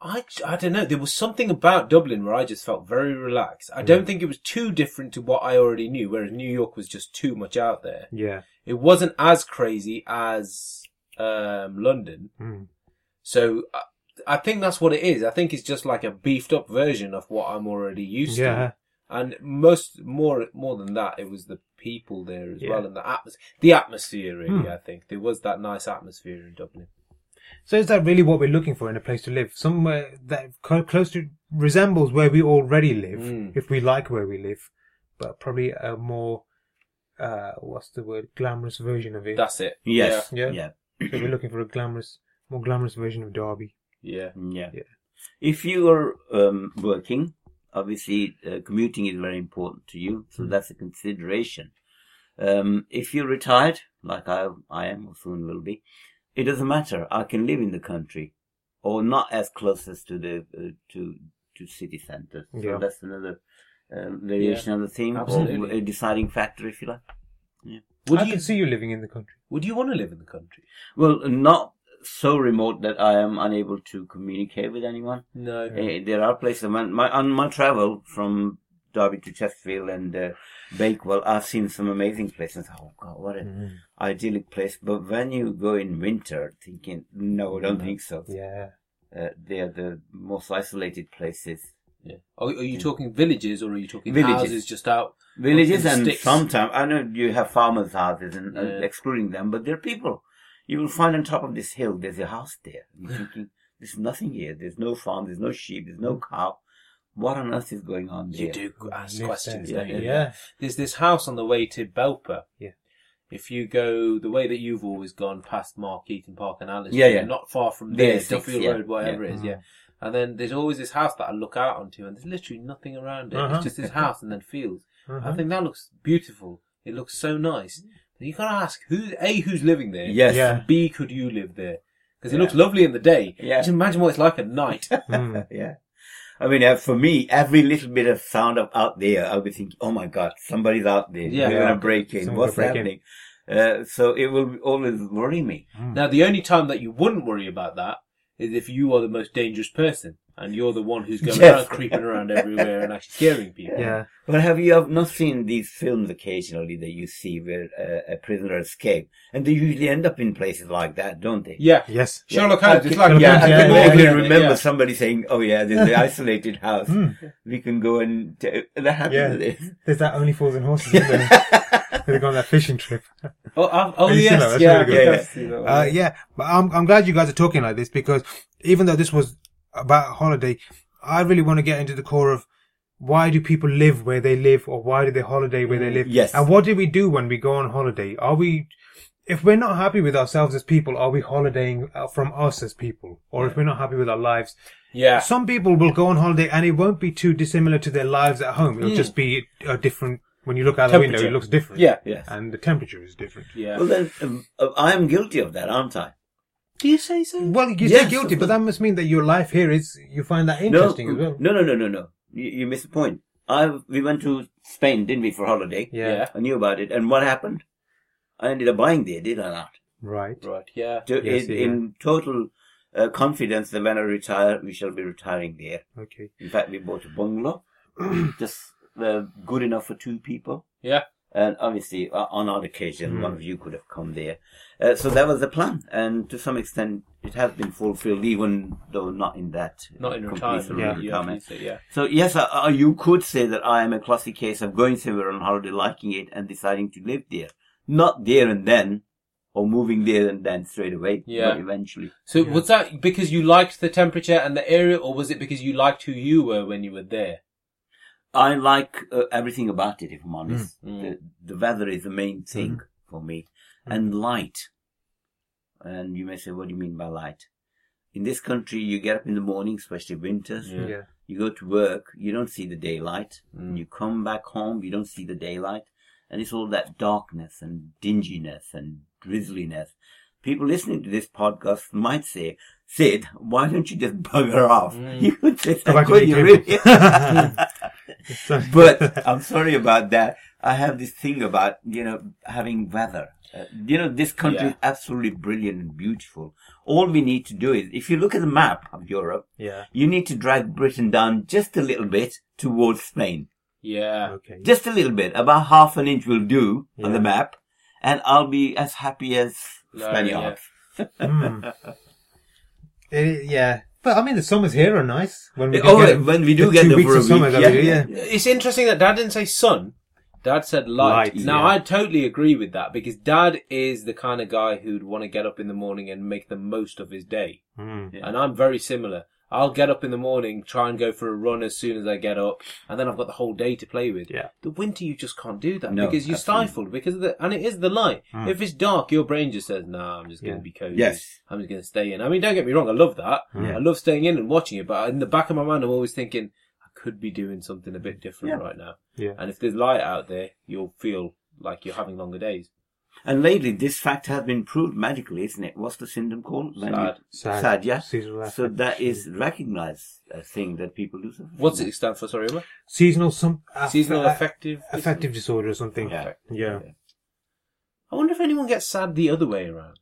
S1: I, I don't know. There was something about Dublin where I just felt very relaxed. I
S4: Mm.
S1: don't think it was too different to what I already knew, whereas New York was just too much out there.
S4: Yeah.
S1: It wasn't as crazy as um, London.
S4: Mm.
S1: So I, I think that's what it is. I think it's just like a beefed up version of what I'm already used
S4: Yeah.
S1: to. And most more more than that, it was the people there as
S4: Yeah.
S1: well, and the atmos- the atmosphere. Really,
S4: Hmm.
S1: I think there was that nice atmosphere in Dublin.
S4: So is that really what we're looking for in a place to live? Somewhere that co- close to resembles where we already live,
S1: Mm.
S4: if we like where we live, but probably a more uh, what's the word? Glamorous version of it.
S1: That's it.
S2: Yes.
S4: Yeah.
S2: Yeah.
S4: Yeah.
S2: Yeah.
S4: So we're looking for a glamorous, more glamorous version of Derby.
S1: Yeah.
S2: Yeah.
S4: Yeah.
S2: If you're um, working, obviously uh, commuting is very important to you, so that's a consideration. Um, if you're retired, like I, I am or soon will be, it doesn't matter. I can live in the country, or not as close as to the uh, to to city centres. So
S4: Yeah.
S2: that's another uh, variation of the theme, or
S1: absolutely.
S2: a deciding factor, if you like.
S1: Would
S4: I
S1: you
S4: can see you living in the country.
S1: Would you want to live in the country?
S2: Well, not so remote that I am unable to communicate with anyone.
S1: No.
S2: Uh, there are places my, my on my travel from Derby to Chesterfield and uh, Bakewell. I've seen some amazing places. Oh God, what
S1: Mm.
S2: an idyllic place! But when you go in winter, thinking, no, I don't
S1: Mm-hmm.
S2: think so.
S4: Yeah.
S2: Uh, they are the most isolated places,
S1: Yeah. Are, are you talking villages or are you talking
S2: Villages.
S1: houses just out?
S2: villages,
S1: in
S2: and
S1: sticks.
S2: sometimes I know you have farmers' houses, and
S1: Yeah.
S2: uh, excluding them, but they're people. You will find on top of this hill, there's a house there.
S1: *laughs*
S2: And You're thinking, there's nothing here. There's no farm. There's no sheep. There's no cow. What on earth is going on there?
S1: Mm. You do
S4: Mm,
S1: ask
S4: Live
S1: questions,
S4: there.
S1: don't you?
S4: Mm-hmm. Yeah.
S1: There's this house on the way to Belper.
S4: Yeah.
S1: If you go the way that you've always gone past Mark Eaton Park and Alice,
S2: Yeah, yeah.
S1: not far from
S2: Yeah,
S1: there,
S2: it's six,
S1: Duffield
S2: yeah,
S1: Road, whatever
S2: yeah.
S1: it is, yeah. And then there's always this house that I look out onto, and there's literally nothing around it.
S4: Uh-huh.
S1: It's just this house and then fields.
S4: Uh-huh.
S1: I think that looks beautiful. It looks so nice. But you gotta ask who a who's living there.
S2: Yes.
S4: Yeah.
S1: And B, could you live there? Because it
S2: Yeah.
S1: looks lovely in the day.
S2: Yeah.
S1: Just imagine what it's like at night.
S4: Mm.
S2: Yeah. I mean, uh, for me, every little bit of sound of out there, I'll be thinking, oh my God, somebody's out there.
S1: Yeah.
S2: They're going
S1: Yeah.
S2: to break in.
S4: Someone
S2: What's
S4: will break in."
S2: happening? Uh, so it will always worry me.
S1: now, the only time that you wouldn't worry about that is if you are the most dangerous person and you're the one who's going
S2: Yes.
S1: around creeping around everywhere and actually scaring people.
S4: Yeah.
S2: But have you have not seen these films occasionally that you see where uh, a prisoner escape? And they usually end up in places like that, don't they?
S1: Yeah.
S4: Yes.
S1: Sherlock Holmes. It's like
S4: Sherlock
S2: Yeah,
S4: Holmes,
S2: I
S4: yeah,
S2: can
S4: yeah,
S2: vaguely
S4: yeah,
S2: remember
S1: yeah.
S2: somebody saying, "Oh yeah, there's the isolated house.
S4: Hmm.
S2: We can go and t- *laughs* that happens."
S4: Yeah. There's that only fools and horses. Isn't there? they go on that fishing trip.
S1: Oh, I've, oh
S4: Have you seen
S1: yes,
S4: that? That's
S1: yeah,
S4: really
S2: good.
S1: Oh, yeah,
S2: Yeah.
S4: Uh, yeah, but I'm I'm glad you guys are talking like this because even though this was about holiday, I really want to get into the core of why do people live where they live or why do they holiday where they live?
S2: Yes.
S4: And what do we do when we go on holiday? Are we if we're not happy with ourselves as people, are we holidaying uh, from us as people? Or if we're not happy with our lives,
S1: yeah.
S4: some people will go on holiday and it won't be too dissimilar to their lives at home. It'll just be a different, when you look out the window, it
S1: Temperature.
S4: looks different.
S1: Yeah.
S2: Yes.
S4: And the temperature is different.
S1: Yeah.
S2: Well, then um, uh, I'm guilty of that, aren't I?
S1: Do you say so?
S4: Well, you
S2: Yes,
S4: say guilty,
S2: of
S4: but that must mean that your life here is you find that
S2: No,
S4: interesting as well.
S2: No, no, no, no, no. You, you miss the point. I we went to Spain, didn't we, for holiday?
S4: Yeah.
S2: I knew about it, and what happened? I ended up buying there, did I not?
S4: Right.
S1: Right. Yeah.
S2: To,
S4: Yes,
S2: in,
S4: yeah.
S2: in total uh, confidence that when I retire, we shall be retiring there.
S4: Okay.
S2: In fact, we bought a
S4: *clears throat*
S2: bungalow, just uh, good enough for two people.
S1: Yeah.
S2: And obviously, uh, on our occasion,
S4: Mm.
S2: one of you could have come there. Uh, so that was the plan, and to some extent, it has been fulfilled, even though not in that uh,
S1: Not in
S2: complete
S1: retirement.
S2: sort
S1: Yeah.
S2: of
S1: yeah,
S2: retirement.
S1: please, yeah.
S2: So yes, I, I, you could say that I am a classic case of going somewhere on holiday, liking it, and deciding to live there, not there and then, or moving there and then straight away,
S1: Yeah.
S2: but eventually.
S1: So was that because you liked the temperature and the area, or was it because you liked who you were when you were there?
S2: I like uh, everything about it, if I'm honest.
S1: Mm.
S2: The, the weather is the main thing for me, and light. And you may say, what do you mean by light? In this country, you get up in the morning, especially winters,
S1: Yeah.
S4: Yeah.
S2: you go to work, you don't see the daylight.
S1: Mm.
S2: You come back home, you don't see the daylight. And it's all that darkness and dinginess and drizzliness. People listening to this podcast might say, Sid, why don't you just *laughs* bugger off?
S1: Mm.
S2: You could say
S4: Go
S2: that,
S4: back to
S2: couldn't
S4: the
S2: you
S4: table.
S2: really?
S4: *laughs*
S2: *laughs*
S4: So- *laughs*
S2: but I'm sorry about that. I have this thing about you know having weather. Uh, you know this country is absolutely brilliant and beautiful. All we need to do is, if you look at the map of Europe,
S4: yeah.
S2: you need to drag Britain down just a little bit towards Spain,
S1: Yeah.
S4: Okay.
S2: just a little bit. About half an inch will do on the
S4: Yeah.
S2: map, and I'll be as happy as
S1: No,
S2: Spaniards.
S4: Hmm. Eh, yeah. But I mean, the summers here are nice. When we do
S2: Oh,
S4: get,
S2: when we do
S4: the
S2: get
S4: two
S2: there
S4: weeks
S2: for a
S4: of summer
S2: week,
S4: that
S2: yeah,
S4: we do,
S2: yeah.
S1: It's interesting that Dad didn't say sun. Dad said light.
S4: Light,
S1: now
S4: yeah.
S1: I totally agree with that because Dad is the kind of guy who'd want to get up in the morning and make the most of his day.
S4: Hmm.
S2: Yeah.
S1: And I'm very similar. I'll get up in the morning, try and go for a run as soon as I get up, and then I've got the whole day to play with.
S4: Yeah.
S1: The winter you just can't do that
S2: No,
S1: because you're
S2: absolutely.
S1: stifled because of the and it is the light. If it's dark, your brain just says, "Nah, I'm just going to
S4: Hmm. Yeah.
S1: be cozy.
S2: Yes.
S1: I'm just going to stay in." I mean, don't get me wrong, I love that.
S4: Hmm.
S2: Yeah.
S1: I love staying in and watching it, but in the back of my mind, I'm always thinking I could be doing something a bit different
S2: Yeah.
S1: right now.
S4: Yeah.
S2: Uh,
S1: And if there's light out there, you'll feel like you're having longer days.
S2: And lately, this fact has been proved magically, isn't it? What's the syndrome called? When you-
S1: Sad.
S4: Sad.
S2: Sad, yeah.
S4: Seasonal
S2: So
S4: affect.
S2: that is recognized a thing that people do. suffer from.
S1: What's it stand for? Sorry, Emma?
S4: Seasonal some aff-
S1: Seasonal
S4: a-
S1: affective.
S4: affective disorder or something.
S2: Yeah.
S4: Yeah.
S1: I wonder if anyone gets sad the other way around.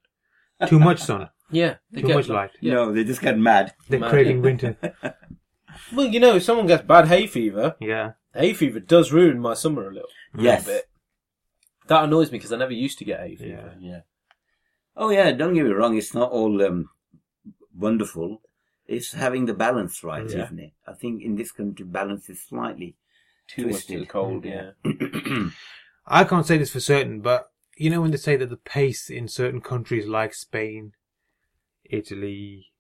S4: Too much
S2: *laughs*
S4: sun.
S1: Yeah, they
S4: Too
S1: get
S4: much
S1: like-
S4: light.
S1: Yeah.
S2: No, they just get mad.
S4: They're
S1: Mad.
S4: craving winter.
S1: Well, you know, if someone gets bad hay fever,
S4: Yeah.
S1: hay fever does ruin my summer a little,
S2: Yes.
S1: bit. That annoys me because I never used to get hay fever.
S4: Yeah.
S2: Yeah. Oh yeah. Don't get me wrong. It's not all um, wonderful. It's having the balance right,
S1: Yeah.
S2: isn't it? I think in this country, balance is
S1: *clears throat*
S2: slightly. *clears throat*
S1: Too much to the
S2: Twisted.
S1: cold. Yeah.
S4: I can't say this for certain, but you know when they say that the pace in certain countries like Spain, Italy,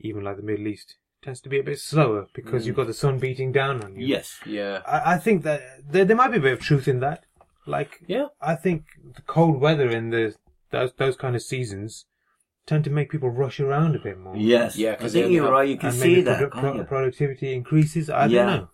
S4: even like the Middle East, tends to be a bit slower because
S2: Mm.
S4: you've got the sun beating down on you.
S2: Yes.
S1: yeah,
S4: I, I think that there, there might be a bit of truth in that. Like,
S1: yeah,
S4: I think the cold weather in the those those kind of seasons tend to make people rush around a bit more.
S2: Yes.
S1: Yeah,
S2: I
S1: 'cause
S2: think
S1: they
S2: you're
S1: have-
S2: right. You can
S4: and
S2: see
S4: maybe
S2: that.
S4: produ-
S2: can't
S4: pro-
S2: you?
S4: productivity increases. I
S2: Yeah.
S4: don't know.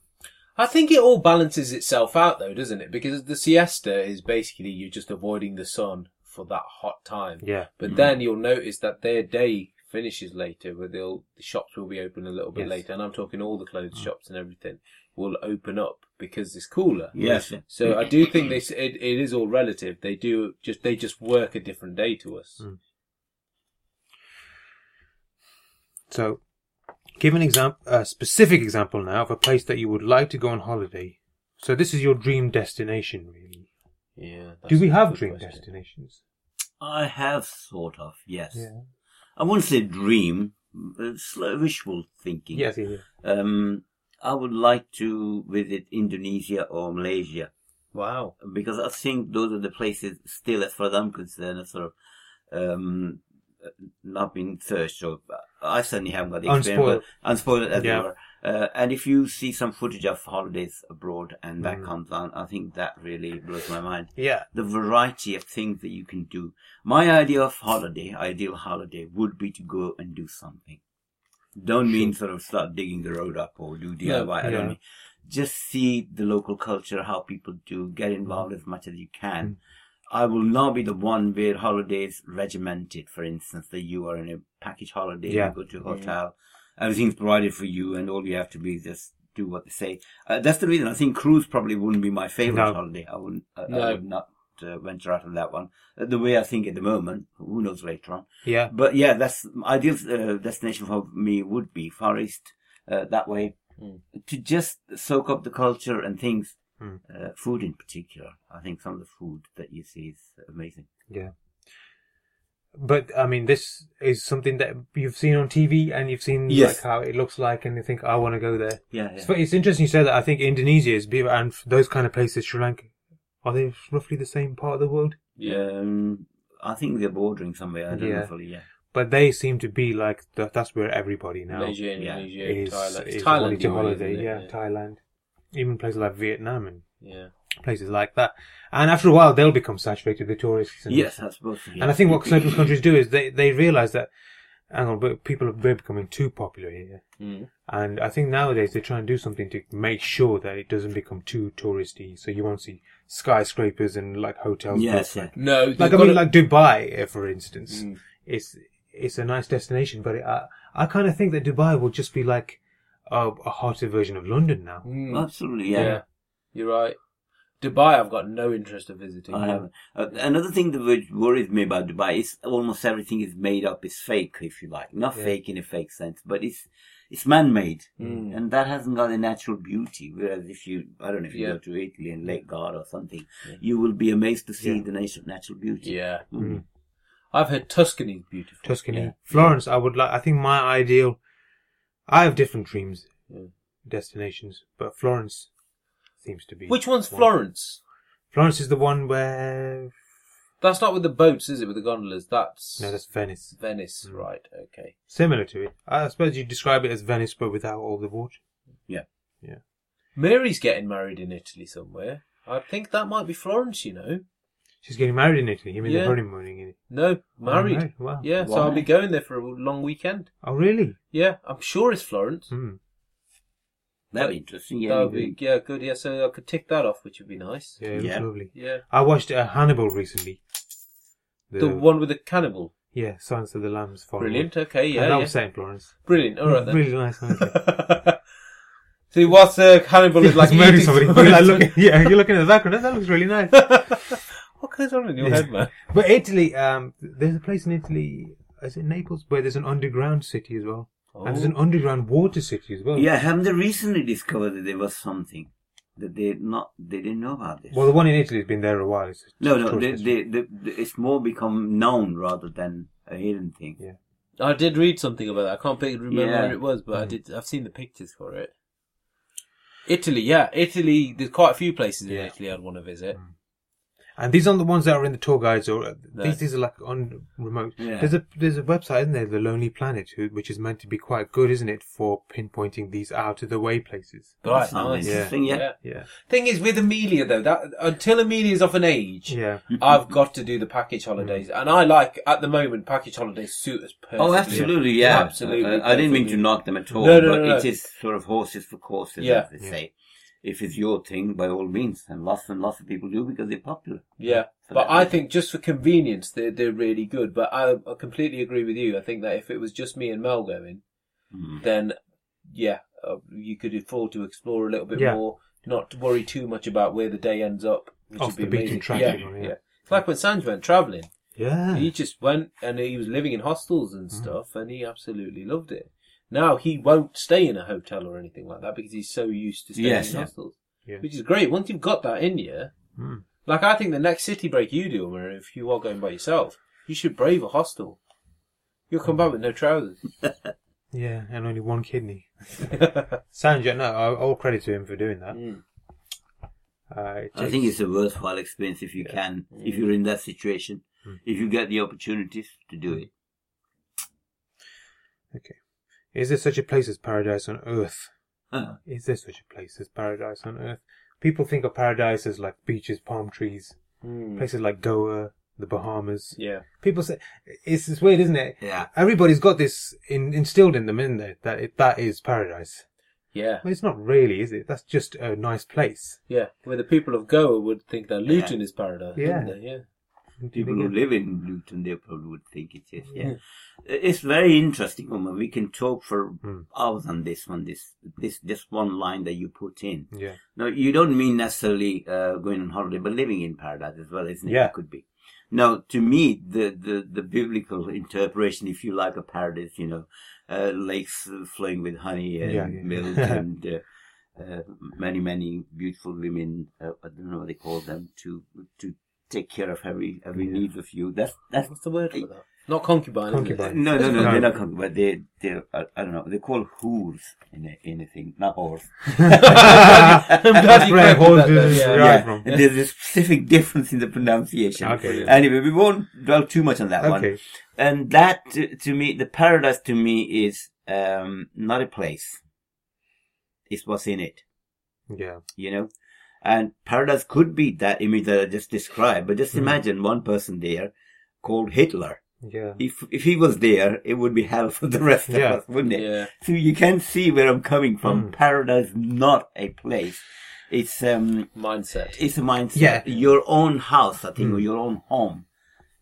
S1: I think it all balances itself out though, doesn't it? Because the siesta is basically you're just avoiding the sun for that hot time.
S4: Yeah,
S1: But then you'll notice that their day finishes later, where they'll the shops will be open a little bit
S4: Yes. Mm.
S1: later, and I'm talking all the clothes shops and everything will open up because it's cooler.
S2: Yes.
S1: So I do think this it, it is all relative. They do just they just work a different day to us.
S4: Mm. So, give an example, a specific example now of a place that you would like to go on holiday. So this is your dream destination, really.
S1: Yeah.
S4: Do we have dream
S1: dreams?
S4: destinations?
S2: I have sort of. Yes.
S4: Yeah.
S2: I won't say dream. but It's like wishful thinking.
S4: Yes. Yeah.
S2: Um, I would like to visit Indonesia or Malaysia
S1: Wow.
S2: because I think those are the places still, as far as I'm concerned, are sort of um, not been searched. Or I certainly haven't got the experience.
S4: Unspoiled.
S2: but Unspoiled, as
S4: Yeah.
S2: it were. Uh, and if you see some footage of holidays abroad and that
S4: Mm.
S2: comes on, I think that really blows my mind
S4: Yeah.
S2: the variety of things that you can do. My idea of holiday, ideal holiday, would be to go and do something. Don't mean sort of start digging the road up or do DIY. I
S4: yeah.
S2: don't mean. Just see the local culture, how people do, get involved as much as you
S4: Mm.
S2: can. I will not be the one where holidays regimented, for instance, that you are in a package holiday,
S4: Yeah.
S2: you go to a hotel, everything's provided for you, and all you have to be is just do what they say. Uh, that's the reason I think cruise probably wouldn't be my favorite
S4: No.
S2: holiday. I wouldn't. Uh,
S1: No.
S2: I would not uh, venture out on that one. Uh, the way I think at the moment, who knows later on.
S4: Yeah.
S2: But yeah, that's ideal uh, destination for me would be Far East. Uh, that way,
S1: Mm.
S2: to just soak up the culture and things,
S4: Mm.
S2: uh, food in particular. I think some of the food that you see is amazing.
S4: Yeah. But I mean, this is something that you've seen on TV and you've seen
S2: Yes.
S4: like how it looks like, and you think, I want to go there.
S2: Yeah, yeah.
S4: It's, it's interesting you say that. I think Indonesia is be- and those kind of places, Sri Lanka, are they roughly the same part of the world?
S2: Um, I think they're bordering somewhere. I don't
S4: Yeah.
S2: know fully. Yeah.
S4: But they seem to be like the, that's where everybody now
S1: Malaysia,
S2: yeah,
S1: Indonesia,
S4: is,
S1: Thailand. It's
S4: is
S1: Thailand,
S4: holiday,
S1: you were,
S4: holiday.
S1: isn't it?
S4: Yeah, Thailand, even places like Vietnam and
S1: yeah.
S4: places like that. And after a while, they'll become saturated with tourists. And
S2: Yes, I suppose. yeah.
S4: And I think what certain countries do is they, they realize that, hang on, but people are we're becoming too popular here.
S1: Mm.
S4: And I think nowadays they try and do something to make sure that it doesn't become too touristy. So you won't see skyscrapers and like hotels.
S2: Yes,
S4: built
S2: yeah.
S1: No,
S4: Like, like
S1: they've
S4: I mean,
S1: gotta-
S4: like Dubai, uh, for instance,
S1: Mm.
S4: it's it's a nice destination, but it, I I kind of think that Dubai will just be like a, a hotter version of London now.
S1: Mm.
S2: Absolutely,
S1: Yeah.
S2: yeah.
S1: you're right. Dubai, I've got no interest in visiting.
S2: I have uh, another thing that wor- worries me about Dubai is almost everything is made up, is fake, if you like. Not
S4: Yeah.
S2: fake in a fake sense, but it's it's man-made,
S1: Mm.
S2: and that hasn't got a natural beauty. Whereas if you, I don't know, if you
S1: Yeah.
S2: go to Italy and Lake Garda or something,
S1: Yeah.
S2: you will be amazed to see
S4: Yeah.
S2: the nat- natural beauty.
S1: Yeah,
S2: Mm.
S1: I've heard Tuscany's beautiful.
S4: Tuscany,
S2: Yeah.
S4: Florence. I would like. I think my ideal. I have different dreams,
S1: Yeah.
S4: destinations, but Florence seems to be.
S1: Which one's
S4: one.
S1: Florence?
S4: Florence is the one where.
S1: That's not with the boats, is it? With the gondolas? That's
S4: No, that's Hmm. Venice.
S1: Venice, right? Okay.
S4: Similar to it. I suppose you describe it as Venice, but without all the water.
S1: Mary's getting married in Italy somewhere. I think that might be Florence. You know?
S4: She's getting married in Italy. You mean
S1: Yeah.
S4: the honeymooning in it?
S1: No, married.
S4: Oh, wow.
S1: Yeah, so I'll
S2: Why?
S1: be going there for a long weekend.
S4: Oh, really?
S1: Yeah, I'm sure it's Florence.
S4: Hmm.
S2: That'd be interesting. Yeah,
S1: that would be yeah good. Yeah, so I could tick that off, which would be nice.
S4: Yeah, it
S2: Yeah.
S4: was lovely.
S1: Yeah,
S4: I watched uh, Hannibal recently.
S1: the one with the cannibal.
S4: Yeah, Silence of the Lambs. follow-up.
S1: Brilliant. Okay,
S4: And
S1: yeah,
S4: that
S1: yeah.
S4: was set in Florence.
S1: brilliant. All right then.
S4: Really nice.
S1: *laughs*
S4: holiday.
S1: See, whilst uh, Hannibal
S4: *laughs*
S1: is like
S4: It's murdering
S1: eating
S4: somebody.
S1: somebody,
S4: You're like looking- *laughs* yeah, you're looking at the background. That looks really nice.
S1: what goes on in your head, man?
S4: But Italy, um, there's a place in Italy, is it Naples, where there's an underground city as well, and there's an
S1: Oh.
S4: underground water city as well.
S2: yeah. Haven't they recently discovered that there was something that they not they didn't know about this?
S4: Well, the one in Italy has been there a while. It's
S2: no, no,
S4: tourist
S2: they,
S4: destination.
S2: they, they, it's more become known rather than a hidden thing.
S4: Yeah.
S1: I did read something about that. I can't pick, remember
S2: Yeah.
S1: where it was, but
S4: Mm.
S1: I did. I've seen the pictures for it. Italy, yeah, Italy. There's quite a few places in
S4: Yeah. Mm.
S1: Italy I'd want to visit.
S4: And these aren't the ones that are in the tour guides, or uh,
S1: No.
S4: these these are like on remote.
S2: Yeah.
S4: There's a there's a website, isn't there, The Lonely Planet, who, which is meant to be quite good, isn't it, for pinpointing these out of the way places?
S1: Right,
S2: That
S1: nice.
S2: sounds interesting, yeah.
S4: Yeah,
S1: Thing is, with Amelia though, that until Amelia's of an age,
S4: yeah. Mm.
S1: I've got to do the package holidays, and I like at the moment package holidays suit us perfectly.
S2: Oh, absolutely, yeah.
S1: Absolutely,
S2: Uh, I didn't mean to
S1: perfectly.
S2: knock them at all,
S1: No, no,
S2: but
S1: no, no.
S2: it is sort of horses for courses,
S1: Yeah.
S2: as they say. If it's your thing, by all means, and lots and lots of people do because they're popular.
S1: Yeah,
S2: For
S1: but
S2: that
S1: I
S2: reason.
S1: think just for convenience, they're they're really good. But I, I completely agree with you. I think that if it was just me and Mel going,
S2: Mm.
S1: then yeah, uh, you could afford to explore a little bit
S4: Yeah.
S1: more, not to worry too much about where the day ends up. Which
S4: Off
S1: would be
S4: the beaten
S1: amazing.
S4: track,
S1: Yeah,
S4: you know,
S1: yeah.
S4: yeah.
S1: It's like when Sanj went traveling.
S4: Yeah. Hmm.
S1: He just went and he was living in hostels and stuff, and he absolutely loved it. Now he won't stay in a hotel or anything like that because he's so used to staying
S2: Yes,
S1: in
S2: yeah.
S1: hostels,
S4: Yeah.
S1: which is great. Once you've got that in you,
S4: Mm.
S1: like I think the next city break you do, Amir, if you are going by yourself, you should brave a hostel. You'll come back with no trousers.
S4: Yeah, and only one kidney.
S1: Mm.
S4: Sanjay, no, I- all credit to him for doing that. Uh, it
S2: I
S4: takes-
S2: think it's a worthwhile experience if you can, if you're in that situation,
S1: Hmm.
S2: if you get the opportunities to do it.
S4: Okay. Is there such a place as paradise on earth?
S2: Uh,
S4: Is there such a place as paradise on earth? People think of paradise as like beaches, palm trees,
S1: Mm.
S4: places like Goa, the Bahamas.
S1: Yeah.
S4: People say it's, it's weird, isn't it?
S2: Yeah.
S4: Everybody's got this in, instilled in them, isn't it? That it, that is paradise.
S1: Yeah.
S4: Well, it's not really, is it? That's just a nice place.
S1: Yeah. Where the people of Goa would think that Luton is paradise,
S4: Yeah.
S1: wouldn't they? Yeah.
S2: people who live in Luton, they probably would think it's yes. Yeah, it's very interesting, Uma. We can talk for
S1: Hmm.
S2: hours on this one. This this this one line that you put in.
S4: Yeah.
S2: No, you don't mean necessarily uh, going on holiday, but living in paradise as well, isn't it?
S4: Yeah.
S2: It could be. Now, to me, the, the, the biblical interpretation, if you like, of paradise, you know, uh, lakes flowing with honey and
S4: Yeah, yeah. *laughs*
S2: milk and uh, uh, many, many beautiful women, uh, I don't know what they call them, to to take care of every every need of you. That's, that's
S1: What's the word for that? Not concubine.
S4: Concubine.
S1: *laughs*
S2: no, no, no,
S4: No.
S2: they're not coming, but they, they, I, I don't know, they call whores in a, anything, not
S4: *laughs*
S2: whores. *laughs*
S1: Isn't it? I'm glad you
S4: Right,
S1: corrected
S4: hold
S1: that then,
S4: this-
S1: yeah.
S4: right.
S2: yeah,
S4: from.
S2: there's a specific difference in the pronunciation.
S4: Okay, yeah.
S2: Anyway, we won't dwell too much on that one.
S4: Okay.
S2: And that, to, to me, the paradise to me is um, not a place. It's what's in it,
S4: Yeah.
S2: you know. And paradise could be that image that I just described, but
S4: Mm-hmm.
S2: just imagine one person there called Hitler.
S4: Yeah.
S2: If if he was there, it would be hell for the rest
S4: Yeah. Mm.
S2: of us, wouldn't it?
S1: Yeah.
S2: So you can see where I'm coming from. Paradise not a place. It's um
S1: Mindset.
S2: it's a mindset.
S4: Yeah. Hmm.
S2: Your own house, I think, or your own home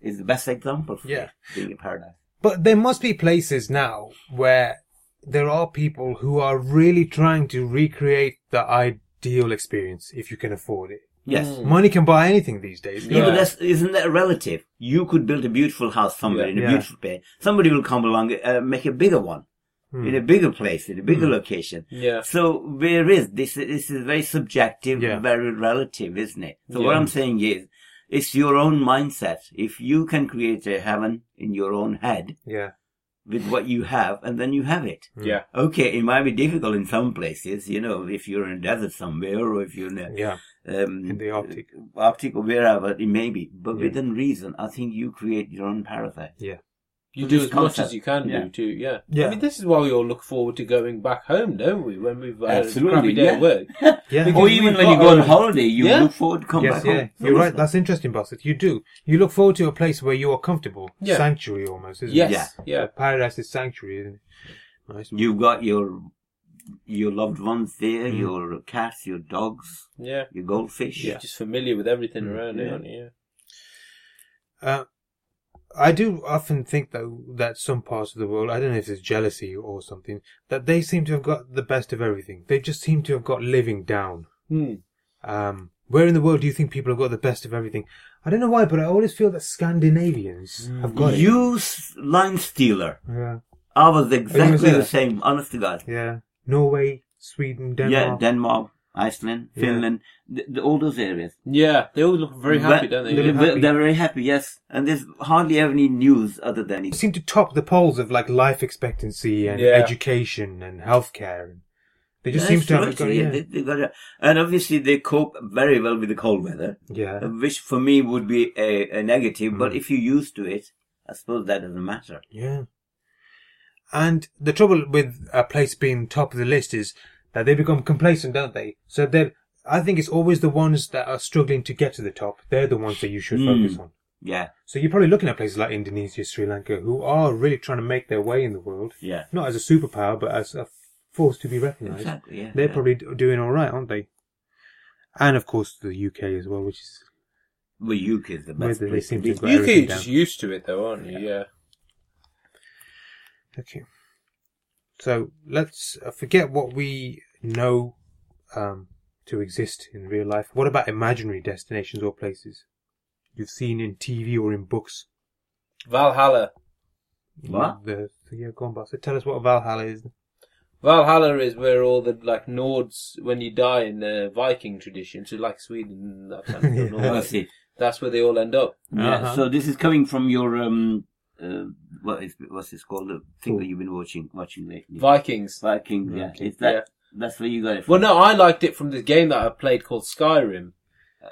S2: is the best example for
S4: Yeah.
S2: being a paradise.
S4: But there must be places now where there are people who are really trying to recreate the ideal experience if you can afford it.
S2: Yes.
S4: Money can buy anything these days.
S2: Hmm. Yeah,
S4: can't
S2: but
S4: it?
S2: that's, isn't that relative? You could build a beautiful house somewhere
S1: Yeah.
S2: in a
S4: Yeah.
S2: beautiful place. Somebody will come along, uh, make a bigger one,
S4: Hmm.
S2: in a bigger place, in a bigger location.
S1: Yeah.
S2: So where is this? This is very subjective,
S4: Yeah.
S2: very relative, isn't it? So what
S1: Yeah.
S2: I'm saying is, it's your own mindset. If you can create a heaven in your own head
S4: Yeah.
S2: with what you have, and then you have it.
S4: Hmm.
S1: Yeah.
S2: Okay, it might be difficult in some places, you know, if you're in a desert somewhere or if you're in, a,
S4: Yeah.
S2: um,
S4: In the Arctic.
S2: Arctic or wherever it may be. But
S4: Yeah.
S2: within reason, I think you create your own paradise.
S4: Yeah.
S1: You
S2: So
S1: do
S2: this
S1: as much
S2: concept,
S1: as you can
S2: yeah.
S1: do too, yeah.
S4: Yeah.
S1: I mean, this is why we all look forward to going back home, don't we? When we've uh, had
S2: Absolutely,
S1: a crappy day
S2: yeah.
S1: at work.
S4: Yeah.
S2: Or
S1: Because
S2: even
S1: we've
S2: when you
S1: got
S2: go on
S1: our-
S2: holiday, you
S1: Yeah.
S2: look forward to come
S4: yes,
S2: back
S4: yeah.
S2: home.
S4: You're right. That's interesting, Bassett. You do. You look forward to a place where you are comfortable.
S1: Yeah.
S4: Sanctuary almost, isn't it?
S1: Yes, yeah.
S4: Paradise is sanctuary, isn't it? Nice.
S2: You've got your your loved ones there,
S4: Mm.
S2: your cats, your dogs,
S1: Yeah.
S2: your goldfish.
S1: You're just familiar with everything around you,
S2: Yeah.
S1: aren't you?
S4: Uh, I do often think though that some parts of the world, I don't know if it's jealousy or something, that they seem to have got the best of everything. They just seem to have got living down.
S1: Yeah. Hmm.
S4: Um, where in the world do you think people have got the best of everything? I don't know why, but I always feel that Scandinavians have got it.
S2: You s- line stealer.
S4: Yeah,
S2: I was exactly
S4: say
S2: the
S4: that?
S2: same. Honest to God.
S4: yeah. Norway, Sweden,
S2: Yeah,
S4: Denmark.
S2: Denmark, Iceland,
S4: Yeah.
S2: Finland, th th- all those areas.
S1: Yeah, they all look very happy,
S2: But-
S1: don't they?
S2: They're,
S1: Yeah.
S2: they're very happy, yes. And there's hardly ever any news other than it.
S4: seem to top the polls of like life expectancy and
S1: Yeah.
S4: education and healthcare. And they just seem to have it got
S2: Absolutely, yeah,
S4: yeah.
S2: they- they got it. And obviously, they cope very well with the cold weather,
S4: yeah, Mm.
S2: which for me would be a, a negative. But if you're used to it, I suppose that doesn't matter.
S4: Yeah. And the trouble with a place being top of the list is that they become complacent, don't they? So then I think it's always the ones that are struggling to get to the top. They're the ones that you should
S2: Mm.
S4: focus on.
S2: Yeah,
S4: So you're probably looking at places like Indonesia, Sri Lanka, who are really trying to make their way in the world,
S2: yeah.
S4: not as a superpower, but as a force to be recognised.
S2: Exactly, yeah.
S4: They're
S2: yeah.
S4: probably d- doing all right, aren't they? And of course the UK as well, which is
S2: Well, UK is the
S4: where
S2: best.
S4: they
S2: place to
S4: seem
S2: be. *laughs*
S4: to have got
S1: You
S4: everything
S1: kids
S4: down.
S1: just used to it though, aren't you? Yeah.
S4: Okay. So let's uh, forget what we know um, to exist in real life. What about imaginary destinations or places you've seen in TV or in books?
S1: Valhalla.
S2: What?
S4: The, yeah, go on, boss. So tell us what Valhalla is.
S1: Valhalla is where all the like Nords, when you die in the Viking tradition, so like Sweden, and that kind of
S4: Yeah.
S2: *laughs*
S1: Norway,
S2: Oh, I see.
S1: that's where they all end up.
S2: Yeah,
S4: Uh-huh.
S2: so this is coming from your um, uh, what is what's this called? The thing
S4: Cool.
S2: that you've been watching, watching lately.
S1: Vikings.
S2: Vikings. Yeah, is that
S1: Yeah.
S2: that's where you got it? From.
S1: Well, no, I liked it from the game that I played called Skyrim.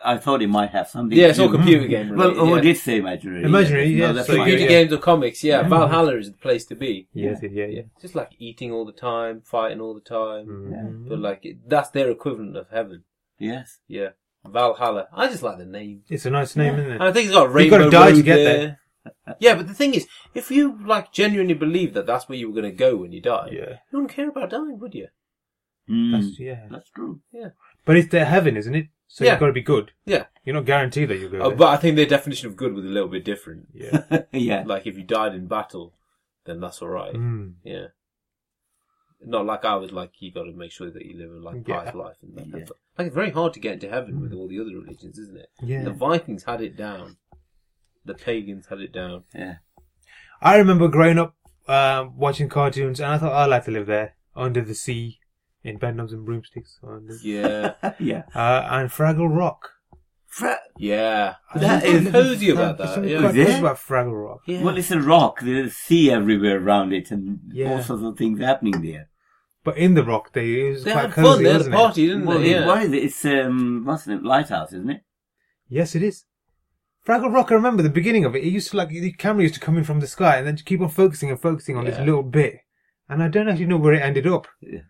S2: I thought it might have something.
S1: Yeah,
S2: to
S1: it's all
S2: do-
S1: computer game.
S2: Well,
S1: Related,
S2: oh,
S1: yeah.
S2: it did say imaginary.
S4: Imaginary, yeah,
S2: that's
S4: so
S2: fine.
S1: computer
S4: yeah.
S1: games or comics. Yeah, Valhalla is the place to be.
S4: Yes, yeah, yeah.
S1: Just like eating all the time, fighting all the time,
S4: Mhm.
S1: but like it, that's their equivalent of heaven.
S2: Yes.
S1: Yeah, Valhalla. I just like the name.
S4: It's a nice name, isn't it?
S1: And I think it's got a
S4: You've gotta
S1: rainbow
S4: die to
S1: road
S4: get
S1: there. yeah, but the thing is, if you like genuinely believe that that's where you were going to go when you die,
S4: Yeah.
S1: you wouldn't care about dying, would you?
S2: Mm,
S4: That's, yeah.
S2: that's true. *laughs*
S1: Yeah.
S4: But it's their heaven, isn't it? So
S1: Yeah.
S4: you've got to be good.
S1: Yeah.
S4: You're not guaranteed that you'll go
S1: Uh,
S4: there.
S1: but I think their definition of good was a little bit different.
S4: yeah.
S2: *laughs* yeah.
S1: Like if you died in battle, then that's all right.
S4: Mm.
S1: Yeah. Not like I was like you got to make sure that you live a like
S4: Yeah.
S1: pious life and that. kind
S2: Yeah.
S1: of stuff. Like it's very hard to get into heaven with all the other religions, isn't it?
S4: Yeah.
S1: The Vikings had it down. The pagans had it down.
S2: Yeah. *laughs*
S4: I remember growing up um, watching cartoons, and I thought I'd like to live there under the sea in bedknobs and broomsticks. Under,
S1: Yeah,
S2: yeah.
S4: uh, and Fraggle Rock.
S2: Fra-
S1: yeah.
S4: I
S1: That
S4: think
S1: is
S4: there's
S1: cozy
S4: something-
S1: about
S4: there's
S1: that.
S4: something
S1: Yeah.
S4: quite
S2: Is
S4: cozy
S2: it?
S4: about Fraggle Rock.
S1: yeah.
S2: Well, it's a rock. There's sea everywhere around it, and all
S4: Yeah.
S2: sorts of things happening there.
S4: But in the rock, they it was
S1: they
S4: quite
S1: had
S4: cozy,
S1: fun. They had a
S4: wasn't it?
S1: party, didn't
S2: Well,
S1: they? Yeah.
S2: it, what is it? It's um, what's the lighthouse, isn't it?
S4: Yes, it is. Fraggle Rock. I remember the beginning of it. It used to like the camera used to come in from the sky, and then keep on focusing and focusing on this
S1: Yeah.
S4: little bit. And I don't actually know where it ended up.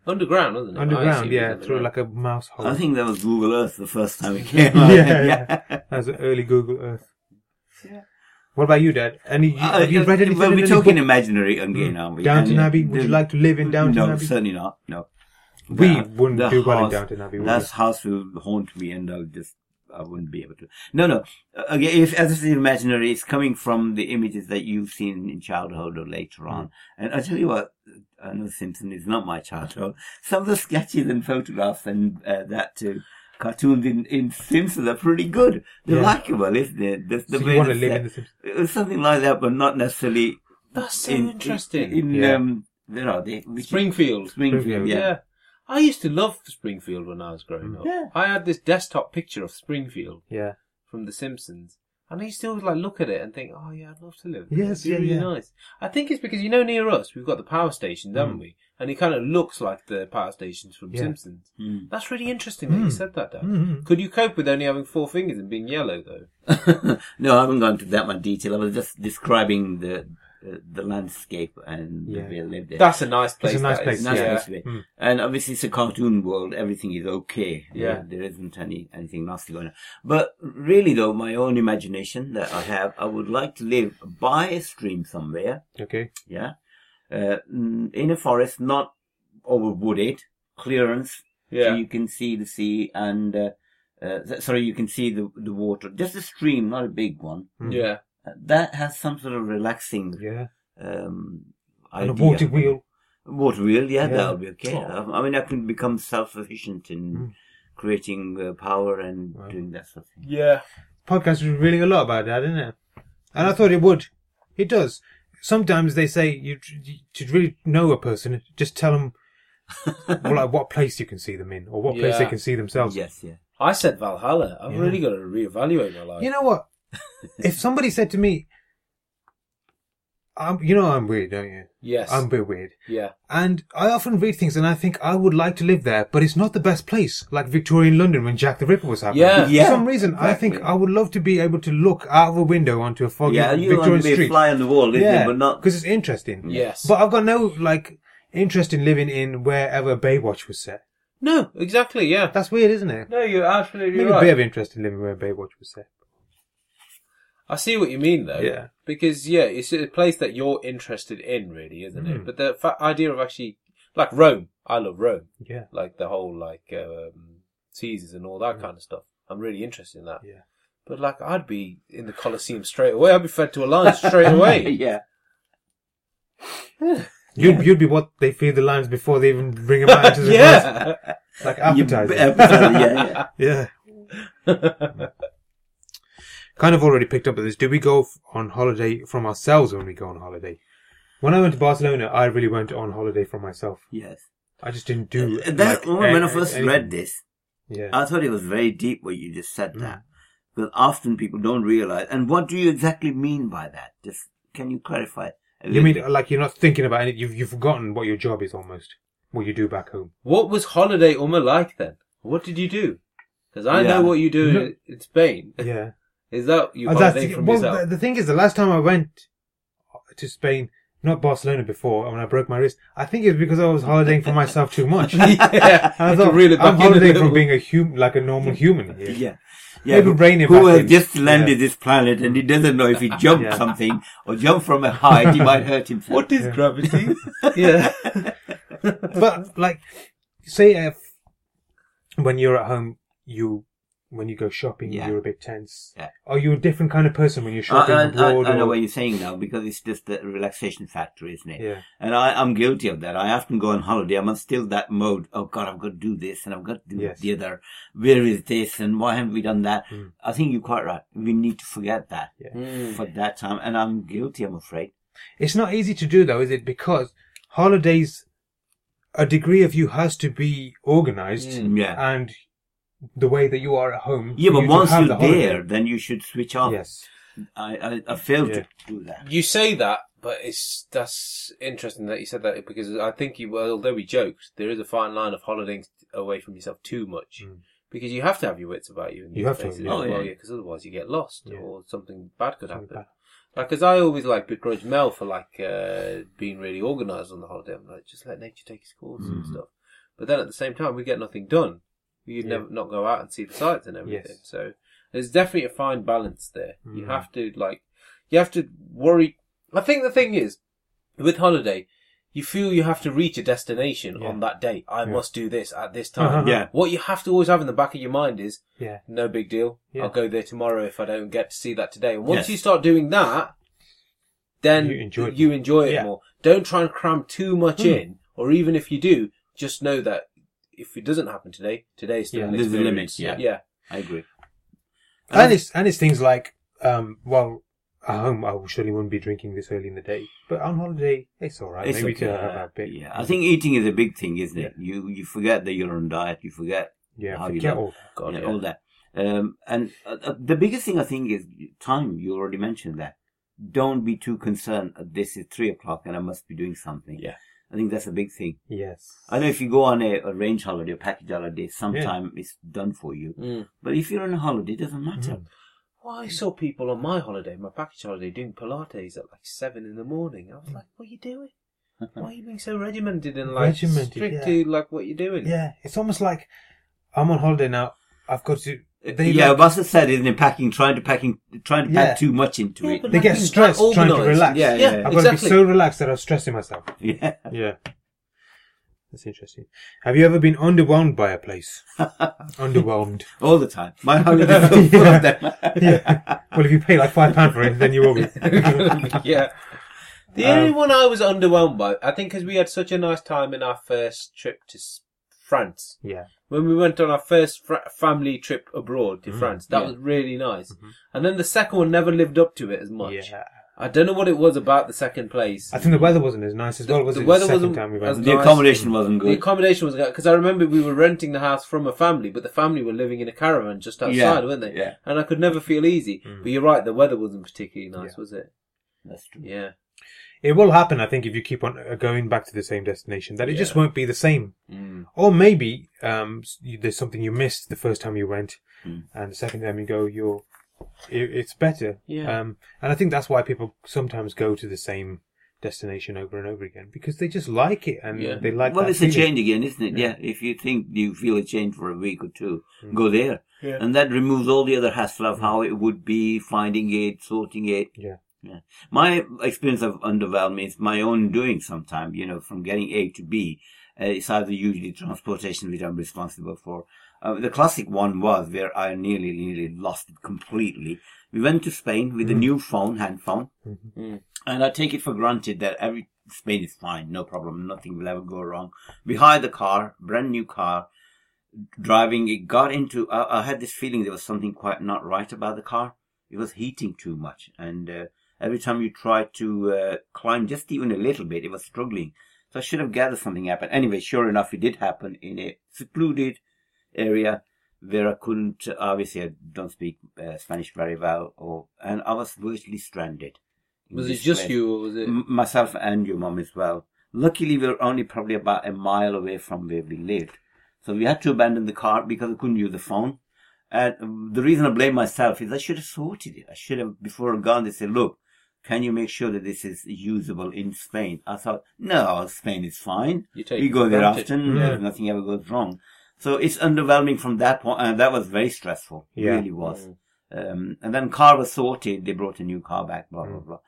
S1: Underground, wasn't it? I assume
S4: Underground,
S1: it was
S4: yeah, through
S1: underground.
S4: like a mouse hole.
S2: I think that was Google Earth the first time
S4: *laughs*
S2: it came out. *laughs*
S4: Oh. Yeah, that was an early Google Earth. What about you, Dad? Any you,
S2: Uh,
S4: have you read anything?
S2: well,
S4: in
S2: we're
S4: any
S2: talking
S4: book?
S2: imaginary again, aren't we?
S4: Downton
S2: And, uh,
S4: Abbey. Would you
S2: the-
S4: like to live in Downton
S2: no,
S4: Abbey?
S2: certainly not. No,
S4: We
S2: The-
S4: wouldn't
S2: the
S4: do well in
S2: house-
S4: Downton Abbey, would
S2: That
S4: we?
S2: house will haunt me, and I'll just I wouldn't be able to. No, no. Uh, Again, if as it's imaginary, it's coming from the images that you've seen in childhood or later on.
S4: Hmm.
S2: And I tell you what, I know Simpson is not my childhood. Some of the sketches and photographs and uh, that too. Cartoons in, in Simpson are pretty good. They're
S4: Yeah.
S2: likable, isn't they? The, the
S4: So you
S2: way
S4: want to
S2: the
S4: live
S2: set-
S4: in the Simpsons?
S2: it was something like that, but not necessarily.
S1: That's so
S2: in-
S1: interesting.
S2: In, in,
S4: Yeah.
S2: um, you know, the, which-
S1: Springfield.
S2: Springfield,
S1: Yeah.
S2: yeah.
S1: I used to love Springfield when I was growing up.
S2: Yeah.
S1: I had this desktop picture of Springfield
S4: Yeah.
S1: from The Simpsons. And I used to always like look at it and think, oh yeah, I'd love to live. It'd
S4: Yes,
S1: be
S4: yeah,
S1: really
S4: yeah.
S1: nice. I think it's because you know near us we've got the power stations, haven't we? And it kind of looks like the power stations from
S4: Mm. Yeah.
S1: Simpsons.
S2: Mm.
S1: That's really interesting that you
S4: Mm.
S1: said that, Dad.
S4: Mhm.
S1: Could you cope with only having four fingers and being yellow though?
S2: no, I haven't gone into that much detail. I was just describing the uh, the landscape and the
S4: Yeah.
S2: way I lived there.
S1: That's a nice place.
S4: It's a nice
S1: that
S4: place,
S1: is.
S2: Nice
S1: yeah. Hmm.
S2: place to be.
S4: Mm.
S2: And obviously, it's a cartoon world. Everything is okay.
S1: Yeah.
S2: there isn't any anything nasty going on. But really, though, my own imagination that I have, I would like to live by a stream somewhere.
S4: Okay.
S2: yeah, uh, mm, in a forest, not overwooded, clearance, so
S1: Yeah.
S2: you can see the sea and uh, uh, th- sorry, you can see the the water, just a stream, not a big one.
S4: Mm.
S1: Yeah.
S2: Uh, That has some sort of relaxing
S4: Yeah.
S2: um,
S4: And
S2: idea.
S4: a water wheel.
S2: Water wheel, yeah,
S4: Yeah.
S2: that'll be okay. Um,
S1: Oh.
S2: I, I mean, I can become self-sufficient in
S4: Mm.
S2: creating uh, power and
S4: Right.
S2: doing that sort of thing.
S1: Yeah.
S4: podcast was revealing a lot about that, isn't it? And I thought it would. It does. Sometimes they say you, you to really know a person, just tell them well, *laughs* like what place you can see them in, or what place they
S1: Yeah.
S4: can see themselves.
S2: Yes, yeah.
S1: I said Valhalla. I've
S4: Yeah.
S1: really got to reevaluate my life.
S4: You know what?
S2: *laughs*
S4: if somebody said to me, I'm, "You know, I'm weird, don't you?
S1: yes.
S4: I'm a bit weird,"
S1: yeah.
S4: and I often read things, and I think I would like to live there, but it's not the best place. Like Victorian London when Jack the Ripper was happening.
S1: Yeah.
S4: For some reason, I think
S2: exactly.
S4: I would love to be able to look out of a window onto a foggy
S2: yeah, you want
S4: Victorian
S2: to be a
S4: street.
S2: fly on the wall, isn't it?
S4: yeah,
S2: But *laughs* not
S4: because it's interesting.
S1: Yes.
S4: But I've got no like interest in living in wherever Baywatch was set.
S1: no, exactly. Yeah.
S4: That's weird, isn't it?
S1: No, you're absolutely
S4: Maybe
S1: right.
S4: a bit of interest in living where Baywatch was set.
S1: I see what you mean, though.
S4: Yeah.
S1: Because yeah, it's a place that you're interested in, really, isn't it?
S4: Mm.
S1: But the fa- idea of actually, like Rome, I love Rome.
S4: Yeah,
S1: Like the whole like um, Caesars and all that kind of stuff. I'm really interested in that.
S4: Hmm. yeah.
S1: But like, I'd be in the Colosseum straight away. I'd be fed to a lion
S4: *laughs*
S1: straight *laughs* away.
S2: yeah.
S4: You'd you'd be what they feed the lions before they even bring them out
S2: *laughs*
S4: into the grass,
S1: yeah.
S4: like
S2: You- uh,
S4: appetizer.
S2: appetizer, yeah,
S4: *laughs*
S2: yeah.
S4: yeah.
S2: *laughs*
S4: Kind of already picked up at this. Do we go f- on holiday from ourselves when we go on holiday? When I went to Barcelona, I really went on holiday for myself.
S2: Yes.
S4: I just didn't do.
S2: Uh,
S4: like,
S2: that, when I
S4: a-
S2: first
S4: anything.
S2: read this,
S4: yeah, Hmm.
S2: I thought it was very deep what you just said there. Because often people don't realize. And what do you exactly mean by that? Just, can you clarify? a
S4: you
S2: little
S4: mean
S2: bit?
S4: like you're not thinking about it? You've you've forgotten what your job is almost. What you do
S2: *laughs*
S4: back home.
S1: What was holiday Uma like then? What did you do? Because I know
S2: Yeah.
S1: what you do
S4: *laughs*
S1: in, in Spain.
S4: Yeah.
S1: Is that you
S4: Uh,
S1: holiday from
S4: well,
S1: yourself?
S4: the, the thing is, the last time I went to Spain, not Barcelona before, when I broke my wrist, I think it was because I was holidaying for myself too much. And
S1: *laughs* yeah.
S4: *laughs* I
S1: To
S4: thought,
S1: reel it back
S4: I'm
S1: in a
S4: holidaying
S1: little.
S4: from being a hum- like a normal human here.
S2: *laughs* Yeah.
S4: Maybe brain it
S2: who
S4: back
S2: has
S4: in.
S2: just landed this planet and he doesn't know if he jumped
S4: Yeah.
S2: something or jumped from a height, he might hurt himself.
S1: What is *laughs* gravity? yeah.
S4: But like, say if when you're at home, you when you go shopping,
S2: Yeah.
S4: you're a bit tense.
S2: Yeah.
S4: Are you a different kind of person when you're shopping
S2: I, I-
S4: abroad?
S2: I, I know
S4: or-
S2: what you're saying now because it's just the relaxation factor, isn't it?
S4: Yeah.
S2: And I, I'm guilty of that. I often go on holiday. I'm still that mode. Oh God, I've got to do this and I've got to do
S4: Yes.
S2: the other. Where is this and why haven't we done that?
S4: Mm.
S2: I think you're quite right. We need to forget that
S4: Hmm.
S1: Mm.
S2: for that time. And I'm guilty, I'm afraid.
S4: It's not easy to do though, is it? Because holidays, a degree of you has to be organized,
S1: Mm.
S2: Yeah.
S4: and the way that you are at home.
S2: yeah,
S4: for
S2: but
S4: Uh, you to
S2: once
S4: have
S2: you're
S4: the holiday.
S2: there, then you should switch off.
S4: yes,
S2: I, I, I failed
S4: Yeah.
S2: to do that.
S1: You say that, but it's that's interesting that you said that because I think you well, although we joked, there is a fine line of holidaying away from yourself too much
S4: Mm.
S1: because you have to have your wits about you. In
S4: You
S1: these
S4: have to,
S1: places
S4: yeah.
S1: as
S2: Oh,
S1: well,
S2: yeah.
S1: yeah, because otherwise you get lost
S4: Yeah.
S1: or something bad could
S4: Something
S1: happen. Like, as I always like begrudge Mel for like uh, being really organised on the holiday. I'm like, just let nature take its course and
S2: Mhm.
S1: stuff. But then at the same time, we get nothing done. We'd
S4: Hmm. Yeah.
S1: never not go out and see the sights and everything.
S4: Yes.
S1: So there's definitely a fine balance there. You
S4: Mhm.
S1: have to like, you have to worry. I think the thing is, with holiday, you feel you have to reach a destination
S4: Yeah.
S1: on that day. I
S4: Yeah.
S1: must do this at this time.
S4: Uh-huh.
S2: Yeah.
S1: What you have to always have in the back of your mind is,
S4: yeah,
S1: no big deal.
S4: Yeah.
S1: I'll go there tomorrow if I don't get to see that today. And once
S2: Yes.
S1: you start doing that, then
S4: You enjoy it
S1: you
S4: more.
S1: enjoy it
S4: Yeah.
S1: more. Don't try and cram too much
S4: Hmm.
S1: in, or even if you do, just know that if it doesn't happen today, today's still
S4: Yeah.
S1: an
S2: There's a limit,
S1: experience.
S2: yeah.
S1: yeah.
S2: I agree.
S4: and it's and it's things like um, well, at home I surely wouldn't be drinking this early in the day, but on holiday it's all right.
S2: It's
S4: Maybe we
S2: okay.
S4: can have a bit.
S2: Yeah. I think eating is a big thing, isn't it?
S4: Yeah.
S2: You, you forget that you're on diet. You forget
S4: yeah,
S2: how you
S4: forget
S2: know.
S4: all.
S1: God,
S2: yeah,
S1: yeah.
S2: all that. Um, and uh, uh, the biggest thing I think is time. You already mentioned that. Don't be too concerned. uh, This is three o'clock, and I must be doing something.
S1: Yeah.
S2: I think that's a big thing.
S4: Yes,
S2: I know if you go on a, a range holiday, a package holiday, sometime it's done for you.
S1: Mm.
S2: But if you're on a holiday, it doesn't matter.
S1: Well, I saw people on my holiday, my package holiday, doing Pilates at like seven in the morning. I was
S4: Hmm.
S1: like, "What are you doing?
S2: *laughs*
S4: Mm-hmm.
S1: Why are you being so regimented and like
S4: Regimented,
S1: strict
S4: yeah.
S1: to like what you're doing?"
S4: yeah, it's almost like I'm on holiday now. I've got to. They
S2: Uh, yeah,
S4: like-
S2: Buster said, isn't it? Packing, trying to packing, trying to
S4: Yeah.
S2: pack too much into
S1: Yeah,
S2: it.
S1: but
S4: they
S1: like
S4: get
S1: being
S4: stressed
S1: that
S4: trying to
S1: organised.
S4: relax.
S2: Yeah,
S1: yeah,
S2: yeah, yeah.
S4: I've got to
S1: exactly.
S4: be
S1: *laughs*
S4: so relaxed that I'm stressing myself.
S2: *laughs* Yeah.
S4: Yeah. That's interesting. Have you ever been underwhelmed by
S2: *laughs*
S4: a place? underwhelmed.
S2: all the time.
S4: *laughs*
S2: My holiday is full of them.
S4: Yeah. *laughs* Well, if you pay like five pound for it, then you will be.
S1: yeah. The
S4: Um,
S1: only one I was underwhelmed by, I think, because we had such a nice time in our first trip to S- France.
S4: *laughs* yeah.
S1: When we went on our first fr- family trip abroad
S4: Mm-hmm.
S1: to France, that
S2: Yeah.
S1: was really nice. And then the second one never lived up to it as much.
S4: Yeah.
S1: I don't know what it was about the second place.
S4: I think the weather wasn't as nice as well. Was
S1: the
S4: it
S1: weather
S4: the second
S1: wasn't
S4: time we
S1: as
S4: went?
S2: the
S1: Nice.
S2: accommodation wasn't
S1: The
S2: good.
S1: accommodation was because I remember we were renting the house from a family, but the family were living in a caravan just outside,
S2: Yeah,
S1: weren't they?
S2: yeah. Mm.
S1: And I could never feel easy. But you're right, the weather wasn't particularly nice,
S4: Yeah.
S1: was it?
S2: That's true.
S1: Yeah.
S4: It will happen, I think, if you keep on uh, going back to the same destination, that it just
S1: Yeah.
S4: won't be the same.
S1: Mm.
S4: Or maybe um, s- you, there's something you missed the first time you went,
S2: Mm.
S4: and the second time you go, you're it, it's better.
S1: Yeah.
S4: Um, and I think that's why people sometimes go to the same destination over and over again because they just like it and
S1: Yeah.
S4: they like.
S2: well,
S4: that
S2: it's a
S4: feeling.
S2: change again, isn't it? Yeah. If you think you feel a change for a week or two,
S4: Mm.
S2: go there,
S1: Yeah.
S2: and that removes all the other hassle of how it would be finding it, sorting it.
S4: Yeah.
S2: Yeah. My experience of underwhelming is my own doing. Sometimes you know, from getting A to B, uh, it's either usually transportation which I'm responsible for. Uh, the classic one was where I nearly, nearly lost it completely. We went to Spain with a new phone, hand phone. And I take it for granted that every Spain is fine, no problem, nothing will ever go wrong. We hired the car, brand new car, driving. It got into, I, I had this feeling there was something quite not right about the car. It was heating too much. And uh, every time you tried to uh, climb just even a little bit, it was struggling. So I should have gathered something happened. Anyway, sure enough, it did happen in a secluded area where I couldn't, obviously, I don't speak uh, Spanish very well, or and I was virtually stranded. in
S1: Was it
S2: this
S1: just
S2: place.
S1: you, or was it?
S2: M- myself and your mum as well. Luckily, we were only probably about a mile away from where we lived. So we had to abandon the car because I couldn't use the phone. And um, the reason I blame myself is I should have sorted it. I should have, before I gone, they said, look, can you make sure that this is usable in Spain? I thought, no, Spain is fine.
S1: You take
S2: We
S1: it
S2: go
S1: for
S2: there
S1: granted.
S2: often.
S4: Yeah.
S2: Nothing ever goes wrong. So it's underwhelming from that point. And that was very stressful. It
S4: Yeah.
S2: Really was.
S1: Mm.
S2: Um, and then car was sorted. They brought
S1: Mm.
S2: a new car back, blah, blah, blah.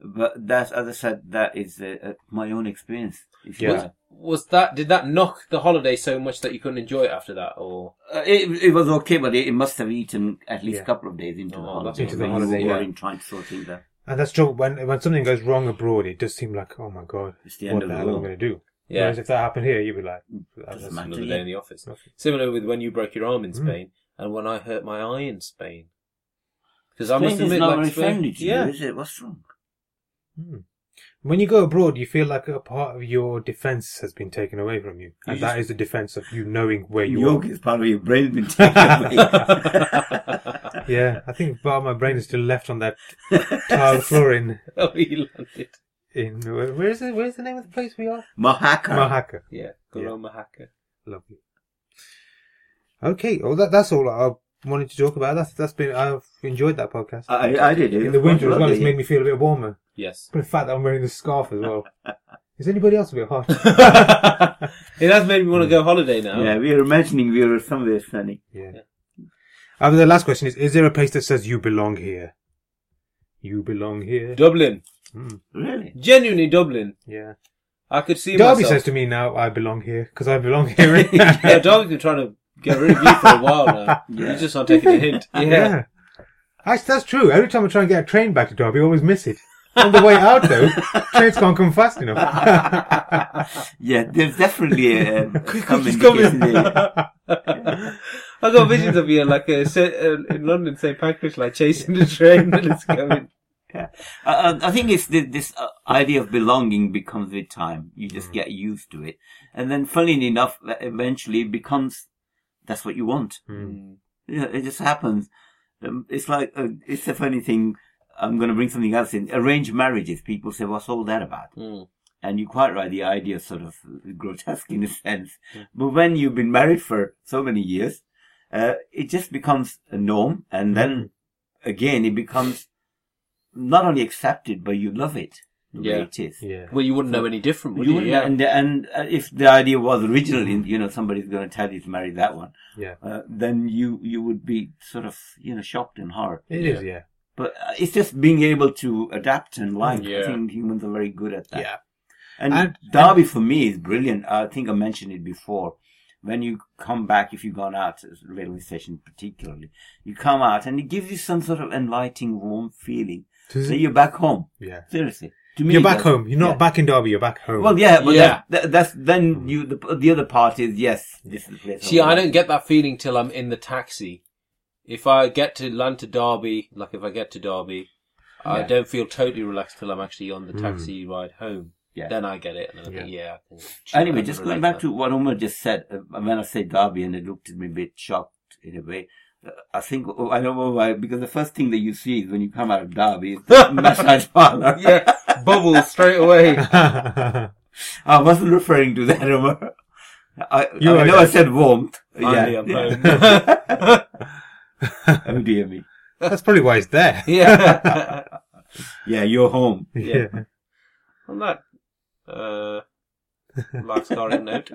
S2: But that, as I said, that is uh, uh, my own experience. If
S4: Yeah.
S2: you like.
S1: Was that did that knock the holiday so much that you couldn't enjoy it after that, or
S2: Uh, it, it was okay, but it, it must have eaten at least
S4: Yeah.
S2: a couple of days into
S1: Oh,
S2: the
S1: that's
S2: holiday.
S4: Into the
S2: when
S4: holiday,
S2: you were
S4: yeah.
S2: in trying to sort things out.
S4: And that's true. When when something goes wrong abroad, it does seem like, oh my god,
S2: It's the end
S4: what
S2: of
S4: the
S2: the
S4: hell am I
S2: world.
S4: going to do?
S1: Yeah.
S4: Whereas if that happened here, you'd be like, that's-
S2: Doesn't
S4: that's-
S2: matter.
S1: another
S2: Yeah.
S1: day in the office?
S4: Okay.
S1: Similar with when you broke your arm in
S4: Mm.
S1: Spain and when I hurt my eye in Spain. Because I must
S2: Spain is
S1: admit,
S2: not
S1: like
S2: very
S1: Spain-
S2: friendly to
S1: yeah,
S2: you, is it? What's wrong?
S4: Hmm. When you go abroad, you feel like a part of your defense has been taken away from you, and that is the defense of you knowing where you
S2: Yoke
S4: are.
S2: is part of your brain *laughs*
S4: *laughs*
S2: been taken away.
S4: Yeah, I think part of my brain is still
S2: *laughs*
S4: left on that tile floor in
S1: *laughs* oh, he landed.
S4: in where where is it? Where's the name of the place we are?
S2: Mahaka.
S4: Mahaka.
S1: Yeah, good
S4: Yeah.
S1: old Mahaka.
S4: Lovely. Okay, well that that's all I wanted to talk about. That's that's been I've enjoyed that podcast.
S2: I, I did it.
S4: in the winter as well, it's made me feel a bit warmer.
S1: Yes,
S4: But the fact that I'm wearing the scarf as well. Is anybody else a bit hot?
S1: it has made me want to go holiday now.
S2: Yeah, we were imagining we were somewhere sunny.
S4: *laughs* Yeah.
S1: Yeah.
S4: Uh, the last question is: Is there a place that says you belong here? You belong here.
S1: Dublin,
S4: Mm,
S2: Really?
S1: genuinely Dublin.
S4: yeah.
S1: I could see
S4: Derby
S1: myself.
S4: says to me now, "I belong here because I belong
S1: *laughs*
S4: here."
S1: yeah, Darby's been trying to get rid of you for a while now.
S2: Yeah.
S1: You just aren't taking a hint. Yeah.
S4: yeah. Actually, that's true. Every time I try and get a train back to Derby, I always miss it. On the way out, though, trains can't come fast enough.
S2: Yeah, there's
S1: *laughs*
S2: definitely a, a some
S1: Just come
S2: indication
S1: in. *laughs*
S2: there.
S1: I got visions of you like uh, Sa- uh, in London, St Pancras, like chasing the train and it's going.
S2: I, I- I think it's the, this uh, idea of belonging becomes with time. You
S1: Mm.
S2: just get used to it, and then, funnily enough, that eventually it becomes that's what you want.
S1: Mm.
S4: Hmm.
S2: Yeah, it just happens. Um, it's like uh, it's a funny thing. I'm going to bring something else in. Arranged marriages. People say, "What's all that about?"
S1: Mm.
S2: And you're quite right. The idea is sort of grotesque in a
S1: Mm.
S2: sense. But when you've been married for so many years, uh, it just becomes a norm. And then
S1: Mm-hmm.
S2: again, it becomes not only accepted, but you love it the way
S1: Yeah.
S2: it is.
S4: yeah.
S1: Well, you wouldn't know any different, would
S2: You
S1: you?
S2: wouldn't-
S1: yeah.
S2: and, and uh, if the idea was originally, you know, somebody's going to tell you to marry that one,
S4: Yeah.
S2: uh, then you, you would be sort of, you know, shocked and horror.
S4: It is. Yeah.
S2: But uh, it's just being able to adapt and like. I
S1: Yeah.
S2: think humans are very good at that.
S4: Yeah.
S2: And,
S4: And-
S2: Derby for me is brilliant. I think I mentioned it before. When you come back, if you've gone out, to the railway station particularly, you come out and it gives you some sort of inviting, warm feeling.
S4: Does
S2: So
S4: it-
S2: you're back home.
S4: Yeah.
S2: Seriously. To me,
S4: You're
S2: it
S4: back
S2: does.
S4: home. You're not
S2: Yeah.
S4: back in Derby. You're back home. *laughs* Hmm.
S2: Well, yeah, but
S1: Yeah.
S2: That, that, that's then you. The, the other part is yes, this is the place.
S1: See, I
S2: want.
S1: don't get that feeling till I'm in the taxi. If I get to land to Derby, like if I get to Derby, I
S2: Yeah. Hmm.
S1: don't feel totally relaxed till I'm actually on the taxi ride home.
S2: Yeah.
S1: Then I get it, and then I think, yeah. I can chill out
S2: Anyway,
S1: and
S2: just
S1: relax
S2: going back
S1: now.
S2: to what Omar just said, uh, when I said Derby and it looked at me a bit shocked in a way, uh, I think, oh, I don't know why, because the first thing that you see is when you come out of Derby is the massage parlor.
S1: yeah, bubbles straight
S2: *laughs*
S1: away.
S2: I wasn't referring to that, Omar. I,
S4: You
S2: I
S4: are
S2: know I
S4: right.
S2: said warmth.
S1: Finally,
S2: yeah.
S1: I'm
S2: yeah.
S1: home.
S2: *laughs*
S1: *laughs*
S2: oh dear me.
S4: that's probably why it's there.
S1: yeah.
S2: Yeah, you're home.
S1: Yeah. On that uh, life
S2: *laughs*
S1: starring note.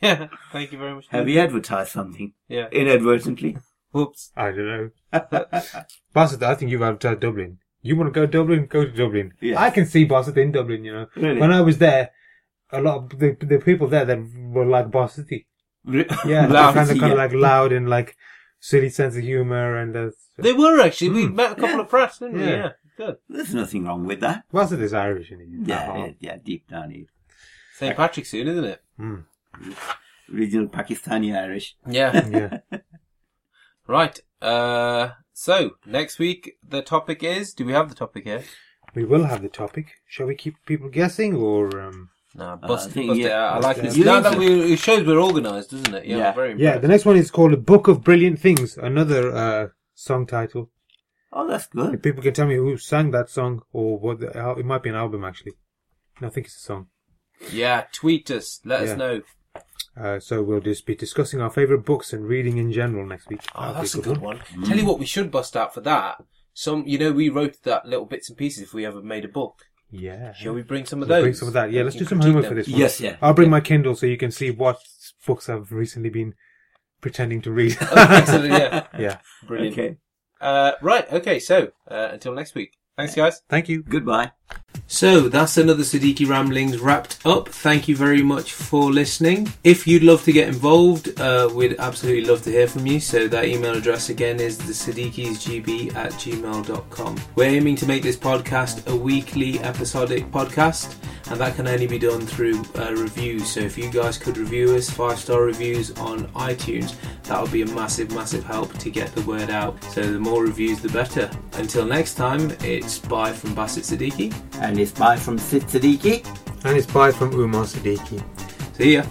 S1: yeah. *laughs* Thank you very much.
S2: Have you advertised something
S1: Yeah.
S2: inadvertently?
S1: Whoops.
S4: I don't know. *laughs* Bassett, I think you've advertised Dublin. You want to go to Dublin? Go to Dublin.
S2: Yes.
S4: I can see Bassett in Dublin, you know.
S2: Really?
S4: When I was there, a lot of the, the people there that were like Bassett.
S2: *laughs*
S4: Yeah,
S1: Loud,
S4: kind of, kind
S2: yeah.
S4: of like loud and like silly sense of humor and uh,
S1: They were actually.
S2: *laughs*
S1: We met a couple of press, didn't we?
S4: Yeah.
S1: Yeah. Good.
S2: There's nothing wrong with that.
S4: Bassett is Irish, isn't he?
S2: Yeah,
S4: Uh-huh.
S2: yeah, yeah, deep down here.
S1: St. Patrick's soon, isn't it?
S2: Original Pakistani Irish.
S1: Yeah.
S4: *laughs* yeah.
S1: right. Uh, so next week the topic is. Do we have the topic here?
S4: We will have the topic. Shall we keep people guessing or um,
S1: No, bust,
S2: I think,
S1: Uh, bust it
S2: yeah.
S1: out. I like
S4: Yeah.
S1: this.
S2: You
S1: Now
S2: think
S1: that
S2: so?
S1: we, it shows we're organised, doesn't it? Yeah,
S2: Yeah.
S1: very
S4: yeah?
S1: impressed.
S4: The next one is called "A Book of Brilliant Things," another uh, song title.
S2: Oh, that's good.
S4: If people can tell me who sang that song or what the, al- it might be an album actually. No, I think it's a song.
S1: Yeah, tweet us. Let
S4: Yeah.
S1: us know.
S4: Uh, so we'll just be discussing our favorite books and reading in general next week.
S1: Oh,
S4: That'll be
S1: that's a good one. Tell you what, we should bust out for that. Some, you know, we wrote that little bits and pieces if we ever made a book.
S4: Yeah.
S1: Shall we bring some of
S4: We'll
S1: those?
S4: bring some of that. Yeah, let's
S1: You
S4: do
S1: can
S4: some
S1: critique
S4: homework
S1: them.
S4: for
S1: *laughs*
S4: this one.
S2: Yes, yeah.
S4: I'll bring my Kindle so you can see what books I've recently been pretending
S1: *laughs*
S4: to read. *laughs*
S1: Oh, Excellent, yeah.
S4: yeah. *laughs*
S1: Brilliant.
S2: Okay.
S1: Uh, right, okay, so uh, until next week. Thanks, guys.
S4: Thank you.
S2: Goodbye.
S1: So that's another Siddiqui Ramblings wrapped up. Thank you very much for listening. If you'd love to get involved, uh, we'd absolutely love to hear from you. So that email address again is thesiddiquisgb at gmail.com. We're aiming to make this podcast a weekly episodic podcast, and that can only be done through uh, reviews. So if you guys could review us, five star reviews on iTunes, that would be a massive, massive help to get the word out. So the more reviews, the better. Until next time, it's bye from Bassett Siddiqui.
S2: And it's bye from Sid Siddiqui.
S4: And it's bye from Umar Siddiqui.
S1: See ya.